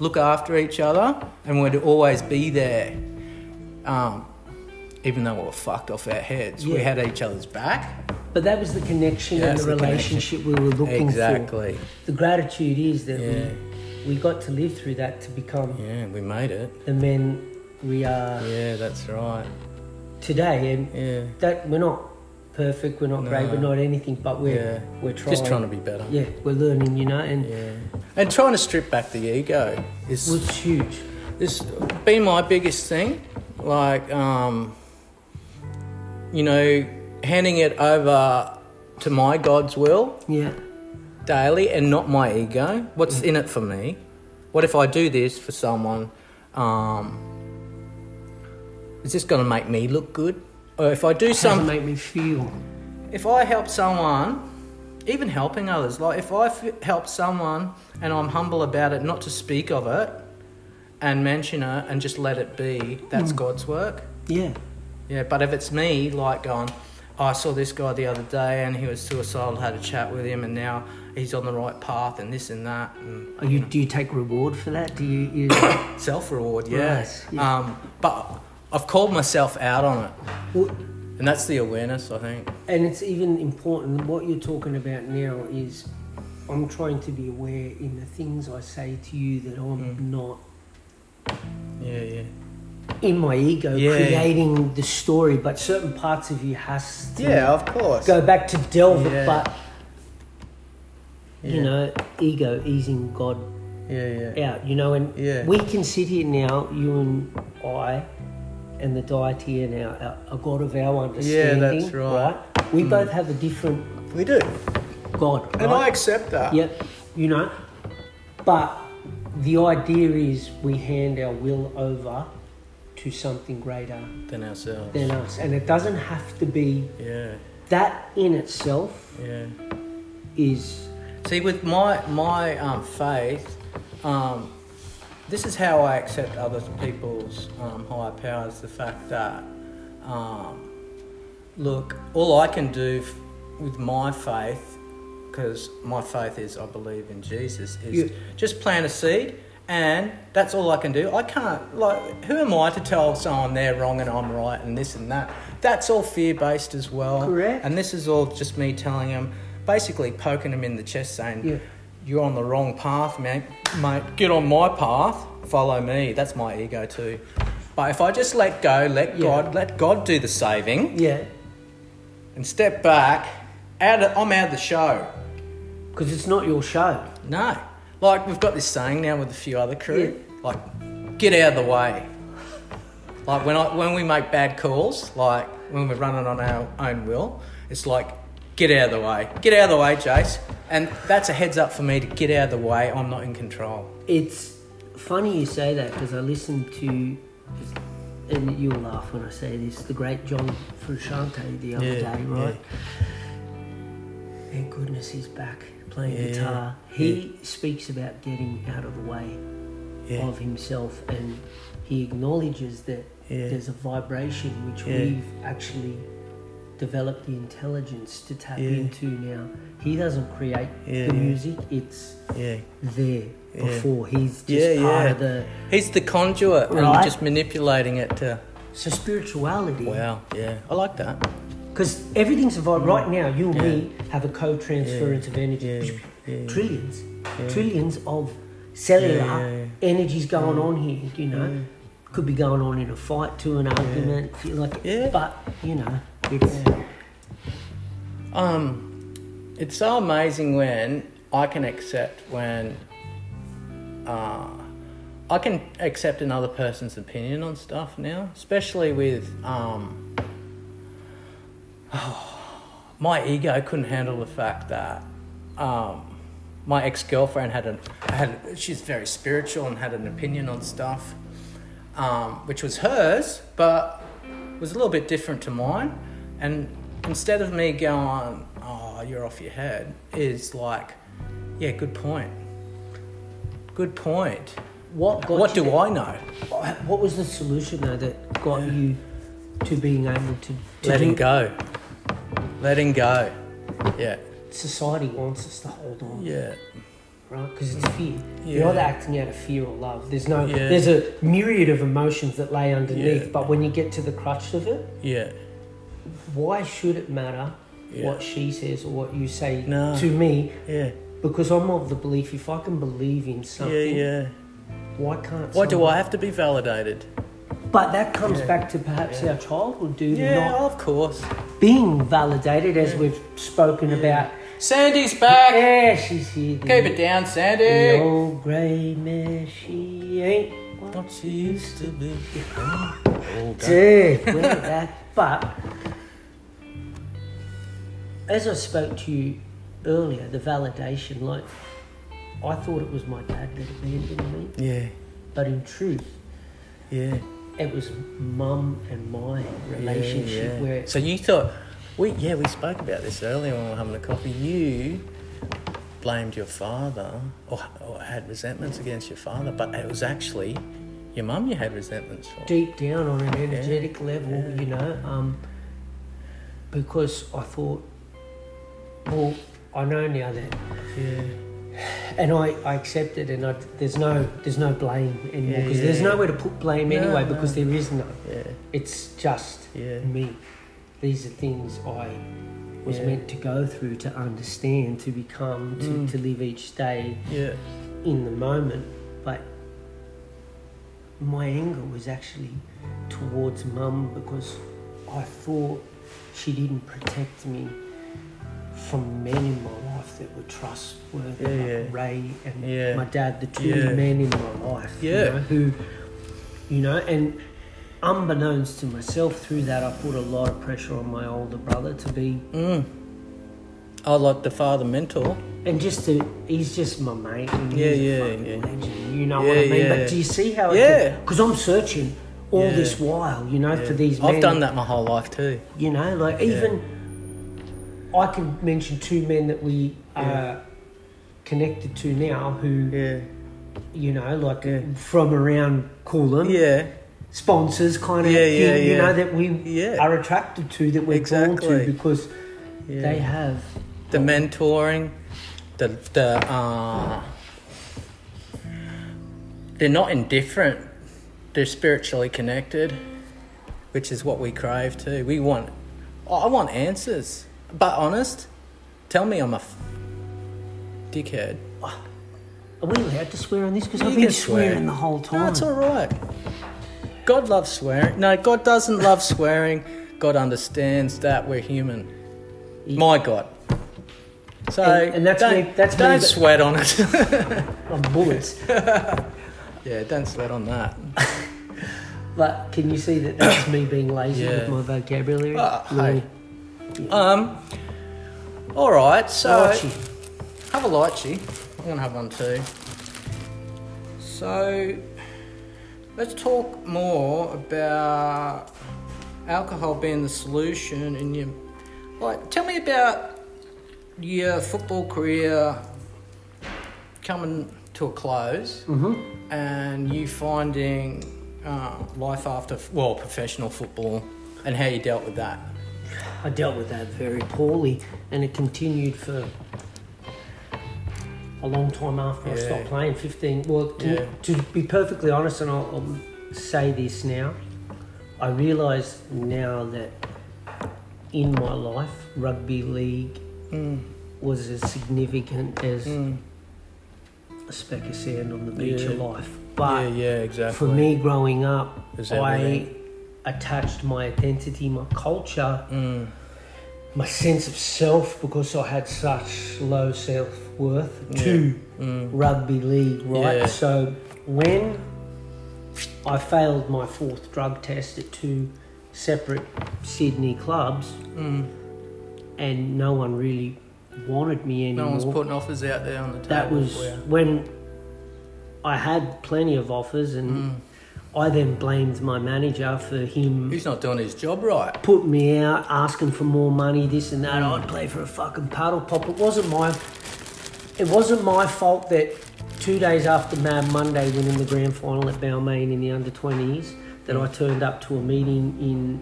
look after each other, and we'd always be there. Um, even though we were fucked off our heads, we
Yeah.
had each other's back.
But that was the connection
Yeah,
and
that's
the
the connection.
relationship we were looking for.
Exactly.
The gratitude is that
Yeah.
we, we got to live through that to become
Yeah, we made it.
the men we are
Yeah, that's right.
today. And
Yeah.
that we're not perfect, we're not great,
No.
we're not anything, but we're
Yeah.
we're trying.
Just trying to be better.
Yeah, we're learning, you know, and
Yeah. And trying to strip back the ego is
it's huge.
this been my biggest thing. Like, um, you know, handing it over to my God's will
Yeah,
daily and not my ego. What's in it for me? What if I do this for someone? Um, is this going to make me look good? Or if I do
doesn't
something
make me feel.
if I help someone, even helping others, like if I f- help someone and I'm humble about it, not to speak of it and mention it and just let it be,
Hmm.
that's God's work.
Yeah,
Yeah, but if it's me, like going, "Oh, I saw this guy the other day and he was suicidal, had a chat with him, and now he's on the right path and this and that. And
are Oh, you? Do you take reward for that? Do you? you
Self reward, yes.
Right, yeah.
Um, but I've called myself out on it.
well,
And that's the awareness, I think.
and it's even important. What you're talking about now is, I'm trying to be aware in the things I say to you that I'm
Mm.
not
Yeah, yeah.
in my ego
Yeah.
creating the story, but certain parts of you has to
Yeah, of course.
go back to delve it,
Yeah.
but you
Yeah.
know, ego easing God
Yeah, yeah.
out, you know, and
Yeah.
we can sit here now, you and I, and the deity and our, our, a God of our
Yeah,
understanding.
that's right.
right? We both have a different
We do.
God.
And I
right?
accept that.
Yep, you know, but the idea is we hand our will over to something greater
Than ourselves.
than us, and it doesn't have to be
Yeah,
that in itself
yeah.
is
See, with my my um, faith, um, this is how I accept other people's um, higher powers. The fact that, um, look, all I can do f- with my faith, because my faith is I believe in Jesus, is
You-
just plant a seed. And that's all I can do. I can't, like, who am I to tell someone they're wrong and I'm right and this and that? That's all fear based as well.
Correct.
And this is all just me telling him, basically poking him in the chest, saying,
Yeah.
"You're on the wrong path, mate. Mate, get on my path. Follow me." That's my ego too. But if I just let go, let
Yeah.
God, let God do the saving,
yeah,
and step back, out of, I'm out of the show.
because it's not your show.
No, like we've got this saying now with a few other crew,
Yeah.
like, "Get out of the way." Like when I when we make bad calls, like when we're running on our own will, it's like, "Get out of the way, get out of the way, Jace." And that's a heads up for me to get out of the way. I'm not in control.
It's funny you say that because I listened to, and you'll laugh when I say this, the great John Frusciante the other
Yeah,
day, right? Thank goodness he's back playing
Yeah,
guitar. He speaks about getting out of the way
Yeah.
of himself and he acknowledges that
Yeah.
there's a vibration which
Yeah.
we've actually developed the intelligence to tap
Yeah.
into now. He doesn't create
Yeah,
the
yeah.
music, it's
Yeah,
there
Yeah.
before. He's just
Yeah,
part
yeah.
of the.
he's the conduit, and I'm
Right.
just manipulating it to.
So spirituality,
Wow, yeah, I like that.
because everything's a vibe. Right now, you and me have a co-transference of energy.
Yeah, yeah.
Trillions, trillions of cellular
Yeah, yeah,
energies going on here. You know, could be going on in a fight, to an argument, feel like.
Yeah.
But you know, it's
Um, it's so amazing when I can accept when uh, I can accept another person's opinion on stuff now, especially with um, my ego couldn't handle the fact that um, my ex girlfriend had an had she's very spiritual and had an opinion on stuff, um, which was hers, but was a little bit different to mine. And instead of me going, oh, you're off your head, is like, yeah, good point. Good point.
What got
What
you
do I know?
there? What was the solution though that got you to being able to, to
Letting
do-
go. Letting go. Yeah.
Society wants us to hold on,
Yeah.
right? Because it's fear.
Yeah.
You're either acting out of fear or love. There's no.
Yeah.
There's a myriad of emotions that lay underneath.
Yeah.
But when you get to the crux of it,
Yeah.
why should it matter
Yeah.
what she says or what you say
No.
to me?
Yeah.
Because I'm of the belief if I can believe in something,
Yeah. Yeah.
why can't?
Why do
someone-
I have to be validated?
But that comes back to perhaps our childhood, do
Yeah,
not
of course.
being validated, as we've spoken about.
Sandy's back.
Yeah, she's here. the-
Keep it down,
The
Sandy.
old grey mare, she ain't what
What she used to be.
Dude, we're not that. But as I spoke to you earlier, the validation, like I thought it was my dad that abandoned me,
Yeah.
but in truth,
Yeah.
it was mum and my relationship
Yeah.
where it's
So you thought, we yeah, we spoke about this earlier when we were having a coffee. You blamed your father or, or had resentments against your father, but it was actually your mum you had resentments for.
deep down on an energetic level, you know, um, because I thought, well, I know now that,
Yeah.
and I, I accept it, and I, there's no there's no blame anymore because
yeah,
there's
yeah.
nowhere to put blame
No,
anyway
no.
because there is none.
Yeah.
It's just
Yeah.
me. These are things I was
Yeah.
meant to go through to understand, to become, to,
Mm.
to live each day
Yeah.
in the moment, but my anger was actually towards mum because I thought she didn't protect me from men in my life that were trustworthy,
Yeah,
like
yeah.
Ray and
Yeah.
my dad, the two
Yeah.
men in my life,
Yeah.
you know, who, you know, and unbeknownst to myself through that, I put a lot of pressure on my older brother to be
Oh, like the father mentor.
and just to, he's just my mate. And
Yeah,
he's a
yeah,
fucking
yeah.
legend, you know what
Yeah,
I mean?
yeah.
But do you see how?
Yeah.
Because I'm searching all
Yeah.
this while, you know, for these.
I've
men,
done that my whole life too.
You know, like even I can mention two men that we are connected to now, who
Yeah.
you know, like
Yeah.
from around Coolum,
Yeah.
sponsors kind of
Yeah,
thing,
yeah,
you
yeah.
know, that we
Yeah.
are attracted to, that we're drawn
Exactly.
to because they have.
The mentoring, the the uh, they're not indifferent. They're spiritually connected, which is what we crave too. We want. I want answers, but honest. Tell me I'm a f- dickhead.
Are we allowed to swear on this? Because
You
I've been
can swear.
swearing the whole time.
No, it's all right. God loves swearing. No, God doesn't love swearing. God understands that we're human. My God. So
And- and that's
don't,
me- that's me
don't
that-
sweat on it.
on bullets.
yeah, don't sweat on that.
but can you see that that's me being lazy
Yeah.
with my vocabulary?
Ah,
Really?
Um. All right. So
Archie,
have a lychee. I'm gonna have one too. So let's talk more about alcohol being the solution in your. Like, tell me about your football career coming to a close,
Mm-hmm.
and you finding uh, life after well professional football, and how you dealt with that.
I dealt with that very poorly, and it continued for a long time after I
Yeah.
stopped playing. Fifteen. Well, to,
Yeah.
to be perfectly honest, and I'll, I'll say this now, I realise now that in my life, rugby league
Mm.
was as significant as a speck of sand on the beach
Yeah.
of life. But
yeah, exactly.
for me growing up,
Is
I
everything.
attached my identity, my culture,
Mm.
my sense of self because I had such low self worth to rugby league,
Mm.
right?
Yeah.
So when I failed my fourth drug test at two separate Sydney clubs
Mm.
and no one really wanted me anymore
No one's putting offers out there on the table.
that was
for you.
when I had plenty of offers and I then blamed my manager for him
He's not doing his job right.
putting me out, asking for more money, this and that. I'd play for a fucking paddle pop. It wasn't my, it wasn't my fault that two days after Mad Monday winning the grand final at Balmain in the under twenties, that I turned up to a meeting in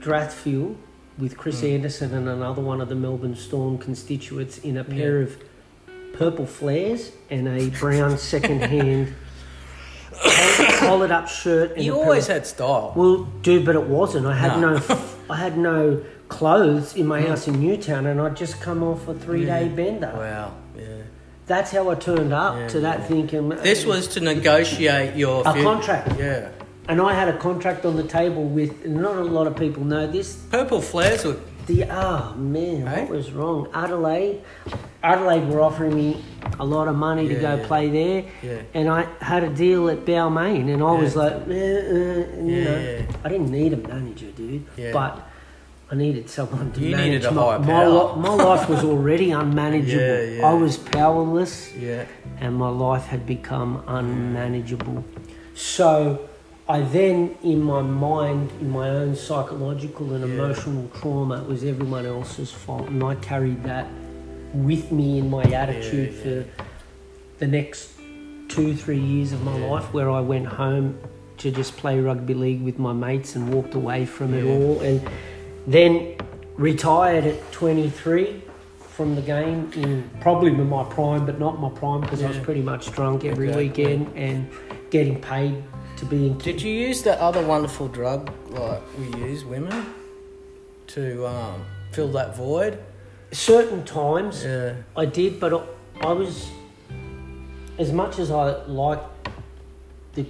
Strathfield with Chris
Hmm.
Anderson and another one of the Melbourne Storm constituents in a pair of purple flares and a brown second-hand. Collared up shirt. And
You
a pair
always
of-
had style.
well, dude, but it wasn't. I had
No. Hmm.
no, I had no clothes in my house in Newtown, and I'd just come off a three-day bender.
Wow. Yeah.
That's how I turned up to that thinking.
This was to negotiate your
A
fut-
contract.
Yeah.
and I had a contract on the table with. and Not a lot of people know this.
Purple flares were
The oh man,
Eh?
what was wrong? Adelaide, Adelaide were offering me a lot of money to
Yeah,
go
yeah.
play there,
Yeah.
and I had a deal at Balmain, and I was
Yeah.
like, eh, eh, and, you
Yeah,
know,
yeah.
I didn't need a manager, dude,
Yeah.
but I needed someone to
You
manage
needed a
my
higher
my,
power.
li- my life was already unmanageable.
Yeah, yeah.
I was powerless
yeah.
and my life had become unmanageable. So I then, in my mind, in my own psychological and emotional trauma, it was everyone else's fault, and I carried that with me in my attitude for the next two, three years of my life, where I went home to just play rugby league with my mates and walked away from it all, and then retired at 23 from the game in probably in my prime, but not my prime because I was pretty much drunk every
Exactly.
weekend and getting paid to be in.
Did you use that other wonderful drug like we use women to um, fill that void?
Certain times
Yeah.
I did, but I- I was as much as I liked the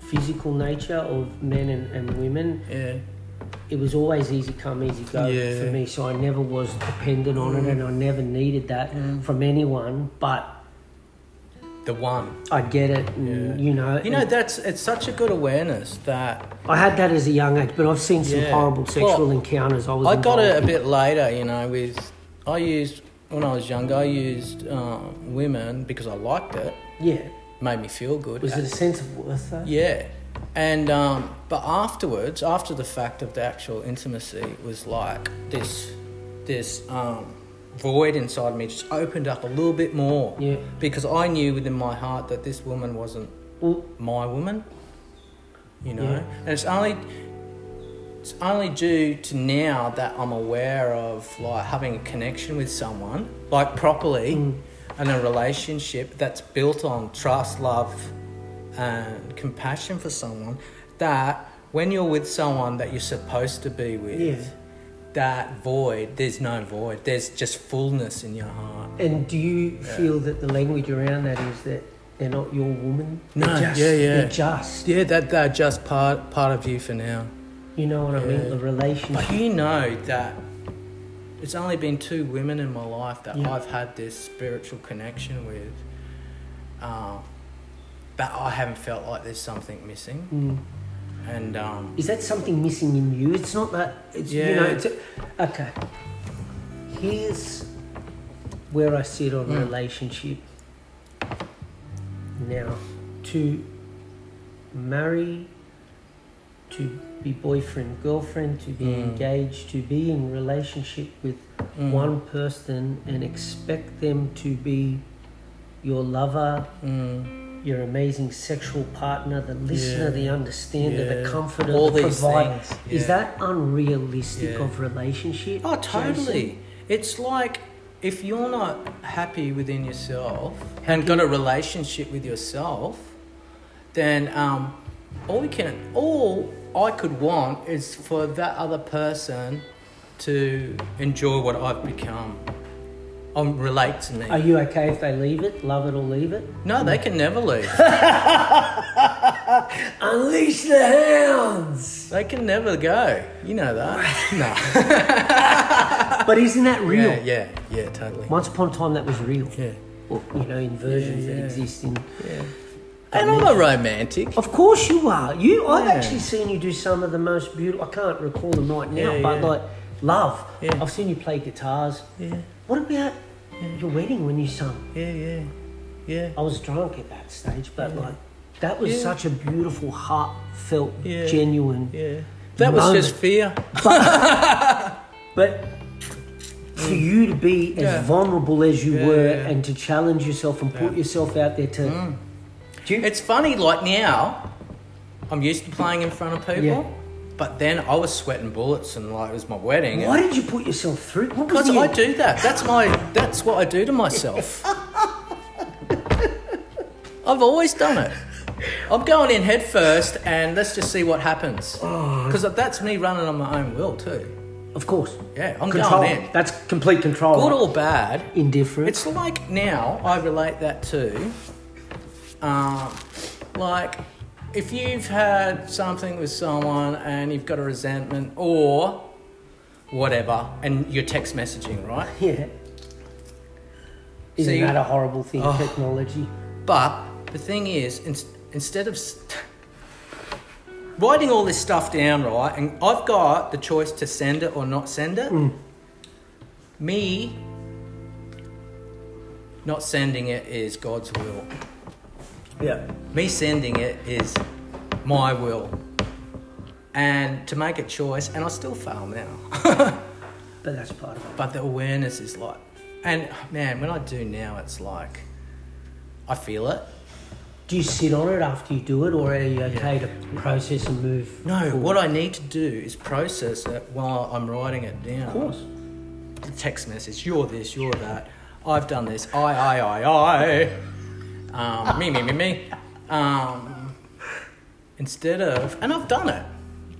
physical nature of men and, and women
Yeah.
it was always easy come, easy go
Yeah. Mm.
for me. So I never was dependent on it, and I never needed that from anyone. But
The one.
I get it, and, you know.
You know
and
that's it's such a good awareness that
I had that as a young age, but I've seen some
Yeah.
horrible sexual
Well,
encounters. I was.
I got it a
involved in.
bit later, you know. With I used when I was younger, I used um, women because I liked it,
Yeah.
made me feel good.
Was it a sense of worth though?
Yeah, and um, but afterwards, after the fact of the actual intimacy, it was like this, this um, void inside me just opened up a little bit more.
Yeah.
because I knew within my heart that this woman wasn't
Well,
my woman. You know,
Yeah.
and it's only it's only due to now that I'm aware of like having a connection with someone like properly
Mm.
and a relationship that's built on trust, love, and compassion for someone. That when you're with someone that you're supposed to be with.
Yeah.
That void, there's no void. There's just fullness in your heart.
and do you feel that the language around that is that they're not your woman?
No,
They're just,
yeah, yeah.
They're just.
Yeah, that that just part part of you for now.
You know what I mean? The
But
relationship.
you know that it's only been two women in my life that
Yeah.
I've had this spiritual connection with. Um, that I haven't felt like there's something missing. And um,
Is that something missing in you? It's not that. It's, You know,
Yeah.
it's okay. Here's where I sit
Hmm.
on relationship. Now, to marry, to be boyfriend, girlfriend, to be
Hmm.
engaged, to be in relationship with one person and expect them to be your lover, your amazing sexual partner, the listener,
Hmm. Yeah.
the understander, the
Yeah.
comforter,
All
the
these
provider.
things,
Is
yeah.
that unrealistic
Yeah.
of relationship?
oh,
Jason?
totally. It's like if you're not happy within yourself and got a relationship with yourself, then um, all we can, all I could want is for that other person to enjoy what I've become. Um, relate to me.
Are you okay if they leave it, love it or leave it?
No, they can never leave.
Unleash the hounds!
they can never go. You know that. no.
But isn't that real?
Yeah, yeah, yeah, totally.
Once upon a time, that was real.
Yeah.
Well, you know, in versions that exist in.
And I'm a romantic.
Of course you are. You, I've
Yeah.
actually seen you do some of the most beautiful. I can't recall them right now,
Yeah,
but
yeah.
like love.
Yeah.
I've seen you play guitars.
Yeah,
What about your wedding when you sung?
yeah, yeah. Yeah.
I was drunk at that stage, but like That was
Yeah.
such a beautiful, heartfelt,
Yeah.
genuine.
Yeah. That was just
Moment.
fear.
But for you to be
Mm.
as
Yeah.
vulnerable as you
Yeah,
were
yeah, yeah.
and to challenge yourself and put
Yeah. Mm,
yourself out there to. Do you,
It's funny, like now, I'm used to playing in front of people,
Yeah.
but then I was sweating bullets and like it was my wedding.
why did you put yourself through? What was
Because
the-
I do that. That's my. That's what I do to myself. I've always done it. I'm going in head first, and let's just see what happens.
Oh.
Because that's me running on my own will too.
Of course.
Yeah, I'm
Control.
going in.
That's complete control.
Good or bad,
Indifferent.
It's like now I relate that to, um, like if you've had something with someone and you've got a resentment or whatever, and you're text messaging, right?
yeah. Isn't
See- Oh.
that a horrible thing, technology?
But the thing is, in, instead of s- writing all this stuff down, right, and I've got the choice to send it or not send it, me not sending it is God's will.
Yeah.
me sending it is my will and to make a choice and i still fail now
But that's part of it.
but the awareness is like and man when i do now it's like i feel it
Do you sit on it after you do it, or are you okay to process and move?
no
forward?
what i need to do is process it while i'm writing it down
Of course.
the text message you're this you're that i've done this i i i i um, me me me me um, instead of and i've done it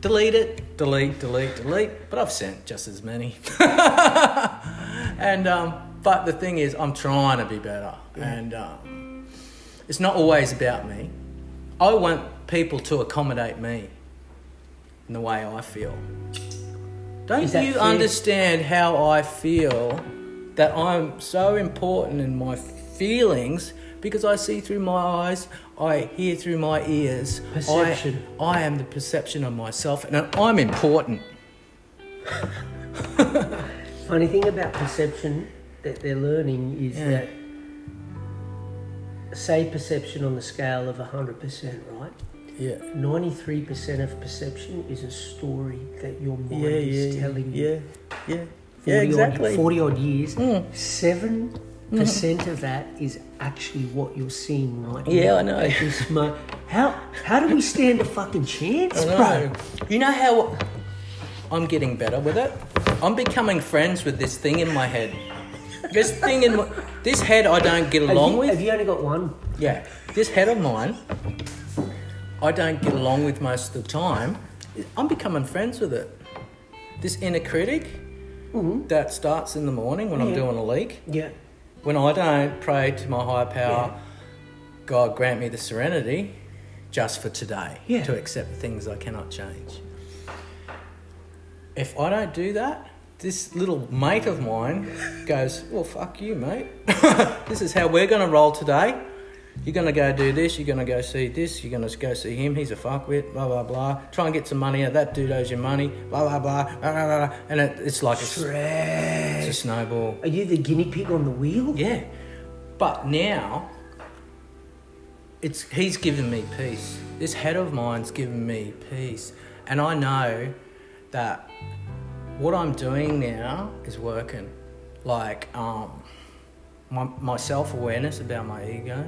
delete it delete delete delete but i've sent just as many and um, but the thing is i'm trying to be better and um, it's not always about me i want people to accommodate me in the way i feel don't you
Is that fair?
understand how I feel that I'm so important in my feelings because I see through my eyes, I hear through my ears. I-
Perception.
I, am the perception of myself and I'm important.
Funny thing about perception that they're learning is
Yeah.
that, say, perception on the scale of 100%, right?
Yeah.
93% of perception is a story that your mind is telling you.
Yeah. Hmm.
40 odd- 40 odd years, 7% percent of that is actually what you're seeing right now.
Yeah, I know.
At this mo- how, how do we stand a fucking chance,
I
bro?
know. You know how I'm getting better with it? I'm becoming friends with this thing in my head. This thing in my, this head I don't get
Have
along
you,
with.
have you only got one?
Yeah, this head of mine, I don't get along with most of the time. I'm becoming friends with it. This inner critic that starts in the morning when I'm
Yeah.
doing a leak,
Yeah.
when I don't pray to my higher power, God grant me the serenity just for today
Yeah.
to accept things I cannot change. If I don't do that, this little mate of mine goes, Well, fuck you, mate. this is how we're going to roll today. You're going to go do this, you're going to go see this, you're going to go see him, he's a fuckwit, blah, blah, blah. Try and get some money out, that dude owes you money, blah, blah, blah, blah, blah, blah. blah. And it, it's like it's, it's a snowball.
Are you the guinea pig on the wheel?
Yeah. But now it's he's given me peace. This head of mine's given me peace. And I know that what I'm doing now is working. Like um my, my self awareness about my ego,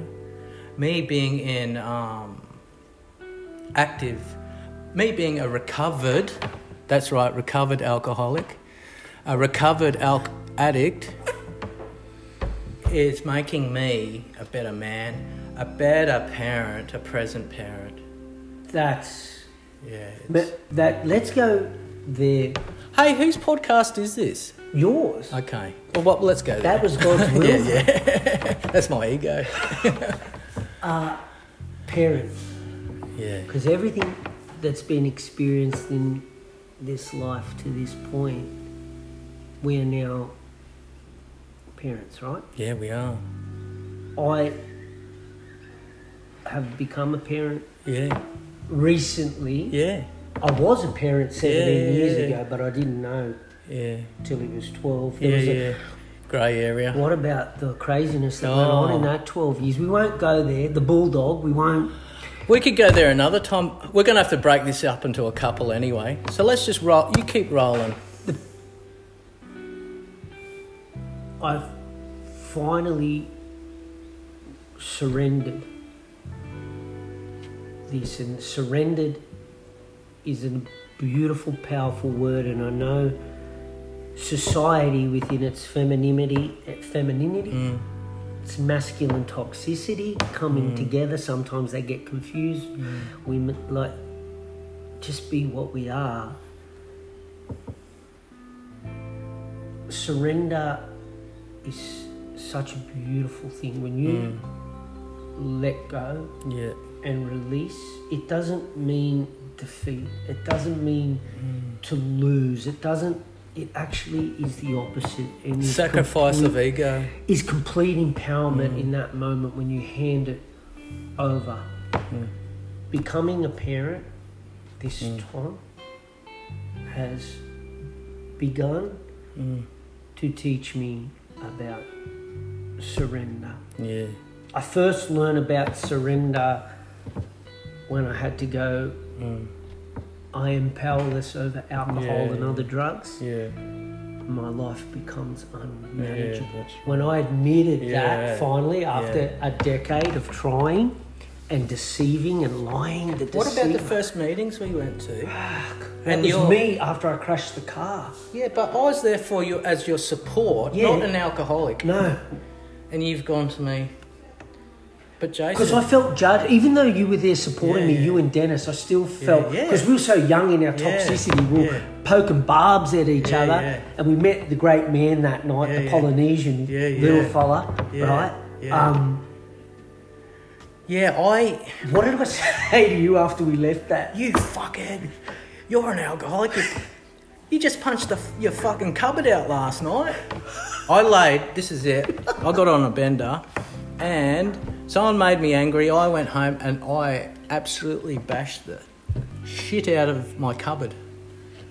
me being in um, active, me being a recovered, that's right, recovered alcoholic, a recovered alc addict, is making me a better man, a better parent, a present parent.
That's.
Yeah. it's-
But that let's go there.
Hey, whose podcast is this?
Yours.
Okay. Well, what, let's go there.
That was God's will.
yeah, yeah. That's my ego.
Parent,
Yeah.
because everything that's been experienced in this life to this point, we are now parents, right?
Yeah, we are.
I have become a parent
Yeah.
recently.
Yeah.
I was a parent 17
Yeah, yeah,
years
yeah.
ago, but I didn't know
Yeah.
till it was 12. There
Yeah,
was a-
yeah. Grey area.
What about the craziness that went on
Oh.
in that 12 years? We won't go there. The bulldog, we won't.
We could go there another time. We're going to have to break this up into a couple anyway. So let's just roll. You keep rolling.
I've finally surrendered this, and surrendered is a beautiful, powerful word. And I know society within its femininity, femininity, its masculine toxicity coming together. Sometimes they get confused. We m- like just be what we are. Surrender is such a beautiful thing when you
Mm.
let go
Yeah.
and release it doesn't mean defeat it doesn't mean
Mm.
to lose it doesn't it actually is the opposite and is
Sacrifice
complete-
of ego.
is complete empowerment
Mm.
in that moment when you hand it over. Becoming a parent this
Mm.
time has begun
Mm.
to teach me about surrender.
Yeah.
I first learned about surrender when I had to go. I am powerless over alcohol
Mm. Yeah,
and
yeah.
other drugs
Yeah.
my life becomes unmanageable.
Yeah, that's
when I admitted
Yeah,
that finally after a decade of trying and deceiving and lying, the
What about the
deceiver-
first meetings we went to?
That
and
was
your-
me after I crashed the car.
Yeah, but I was there for you as your support,
Yeah.
not an alcoholic.
No,
And you've gone to me. But
because
Jason,
I felt judged. Even though you were there supporting
Yeah,
me, you and Dennis, I still felt
yeah.
because we were so young in our
Yeah,
toxicity, we were
yeah.
poking barbs at each
Yeah,
other.
yeah.
And we met the great man that night,
Yeah,
the
yeah.
Polynesian
Yeah, yeah.
little fella,
Yeah,
right?
yeah.
Um,
yeah, I
what did I say to you after we left that?
You fucking, you're an alcoholic. You, you just punched the, your fucking cupboard out last night. I laid, this is it, I got on a bender and someone made me angry. I went home and I absolutely bashed the shit out of my cupboard.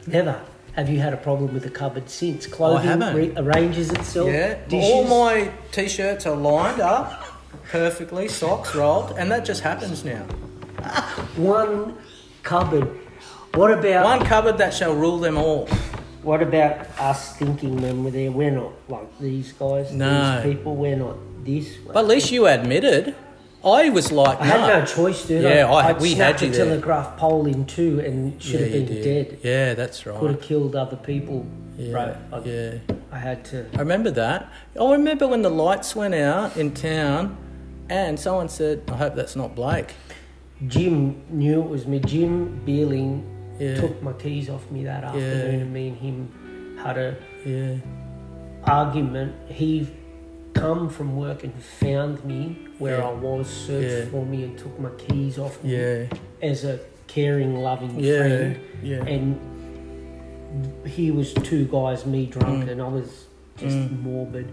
Never. Have you had a problem with the cupboard since? Clothing
Oh, haven't.
re- arranges itself.
Yeah,
Dishes.
all my t shirts are lined up perfectly, socks rolled, and that just happens now.
one cupboard. What about
One cupboard that shall rule them all.
what about us thinking when we're there? We're not like these guys.
No.
These people. We're not this. Way.
But at least you admitted. I was like,
I had
"Nah."
no choice, dude.
Yeah, I-
I
we
snapped
had you
a
there.
telegraph pole in two and should
Yeah,
have
you
been
did.
dead.
Yeah, that's
Could
right.
have killed other people.
Yeah,
Right. I,
yeah.
I had to.
I remember that. I remember when the lights went out in town and someone said, I hope that's not Blake.
Jim knew it was me. Jim Beeling
Yeah.
took my keys off me that afternoon, and me and him had a
Yeah.
argument. He come from work and found me where
Yeah.
I was, searched
Yeah.
for me, and took my keys off me
Yeah.
as a caring, loving
Yeah,
friend.
yeah.
And he was two guys, me
Mm.
drunk, and I was just morbid.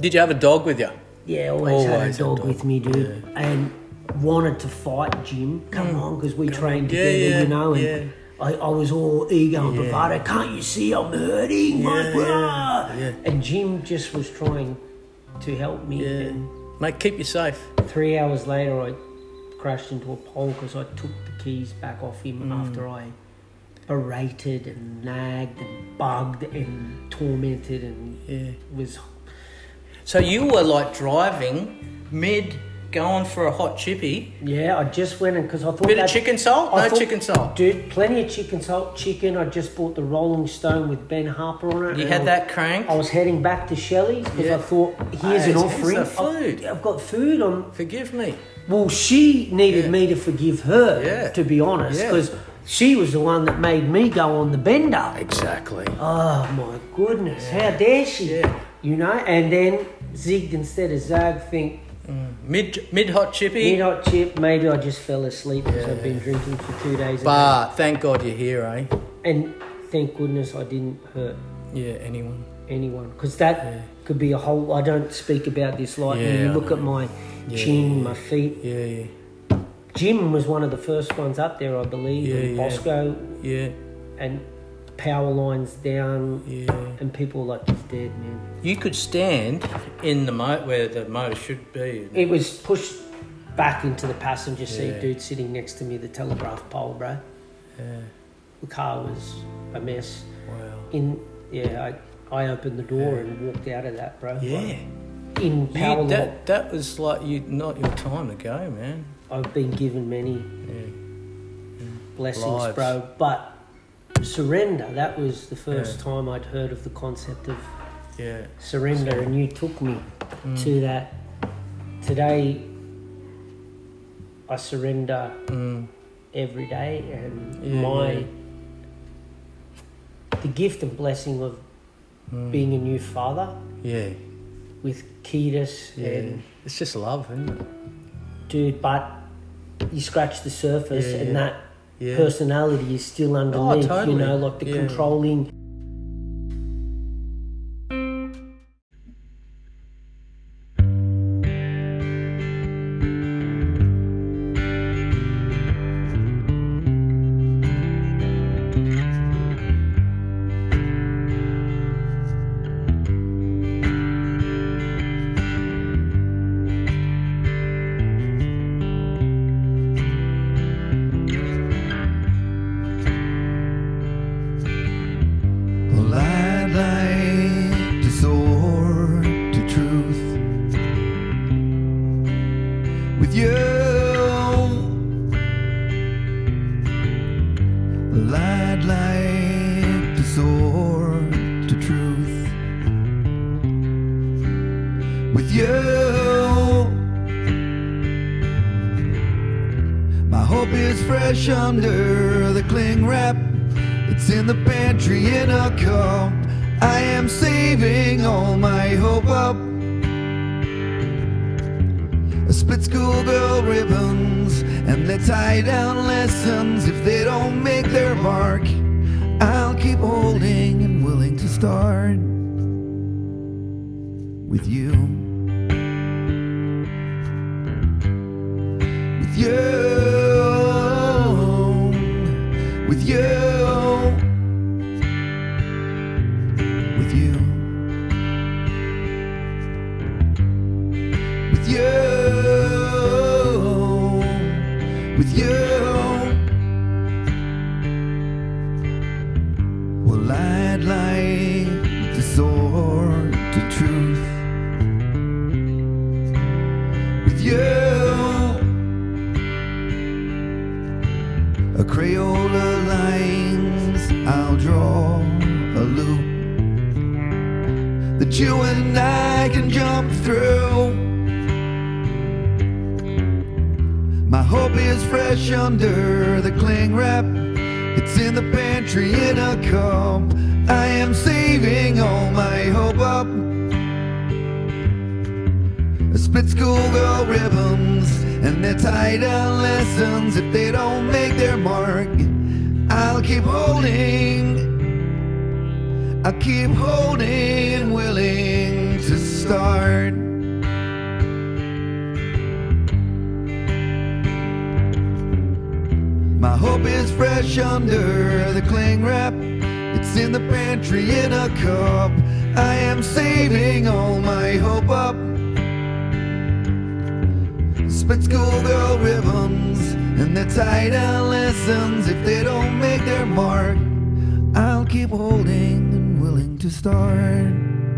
Did you have a dog with you?
Yeah, always, had
Always
a
a
dog,
dog.
with me, dude, and wanted to fight Jim. Come on, because we trained
Mm. Yeah,
together,
yeah,
you know. And
yeah.
I, I was all ego and bravado. Can't you see I'm hurting, my
Yeah,
brother?"
yeah, yeah.
And Jim just was trying to help me. And
Mate, keep you safe.
three hours later, I crashed into a pole because I took the keys back off him
Mm.
after I berated and nagged and bugged and tormented and
Yeah.
was
So you were like driving mid going for a hot chippy.
Yeah, I just went in because I thought
Bit of
that-
chicken salt?
I
No
thought-
chicken salt.
dude. Plenty of chicken salt, chicken. I just bought the Rolling Stone with Ben Harper on it.
You
and
had
I-
that crank?
I was heading back to Shelley's because
Yeah.
I thought, here's
Hey,
an
it's
offering.
extra food.
I, have got food. on.
Forgive me.
well, she needed
Yeah.
me to forgive her,
Yeah.
to be honest,
Yeah.
because she was the one that made me go on the bender.
Exactly.
Oh my goodness, how dare she?
Yeah.
You know, and then zigged instead of zag. Think
Mid mid hot
you
chippy.
know, what, Chip. Maybe I just fell asleep because I've been drinking for two days. in a row.
But thank God you're here, eh?
And thank goodness I didn't hurt
Yeah, anyone.
anyone because that could be a whole. I don't speak about this like
Yeah,
when you
I
look at my chin, my feet.
Yeah, yeah.
Jim was one of the first ones up there, I believe,
Yeah,
and
yeah.
Bosco
Yeah.
and power lines down,
Yeah.
and people were like he's dead, man.
You could stand in the mo where the motor should be.
It was pushed back into the passenger seat,
Yeah.
dude sitting next to me, the telegraph pole, bro.
Yeah.
The car was a mess.
Wow.
In yeah, I, I opened the door and walked out of that, bro.
Yeah.
In power
You, that that was like you not your time to go, man.
I've been given many
Yeah.
blessings,
Lives.
bro. But surrender, that was the first
Yeah.
time I'd heard of the concept of
Yeah.
surrender, and you took me
Mm.
to that. Today, I surrender every day, and
Mm. Yeah,
my
yeah.
the gift and blessing of
Mm.
being a new father
Yeah.
with Ketis
Yeah.
and
It's just love, isn't it?
dude, but you scratch the surface,
Yeah,
and
yeah.
that
Yeah. Oh,
personality is still underneath.
totally.
You know, like the
Yeah.
controlling.
Well, I'd like to soar to truth with you. Well, I'd like to soar to truth with you. My hope is fresh under the cling wrap. It's in the pantry in a cup. I am saving all my hope up. A split schoolgirl ribbons and their tie down lessons. If they don't make their mark, I'll keep holding and willing to start with you. with you, with you, with you, with you, with you. Well, I'd like to soar to truth with you. A Crayola lines, I'll draw a loop that you and I can jump through. My hope is fresh under the cling wrap. It's in the pantry in a cup. I am saving all my hope up. Split schoolgirl ribbons and their tie down lessons. If they don't make their mark, I'll keep holding. I'll keep holding, willing to start. My hope is fresh under the cling wrap. It's in the pantry in a cup. I am saving all my hope up. Split schoolgirl ribbons and their tie down lessons. If they don't make their mark, I'll keep holding and willing to start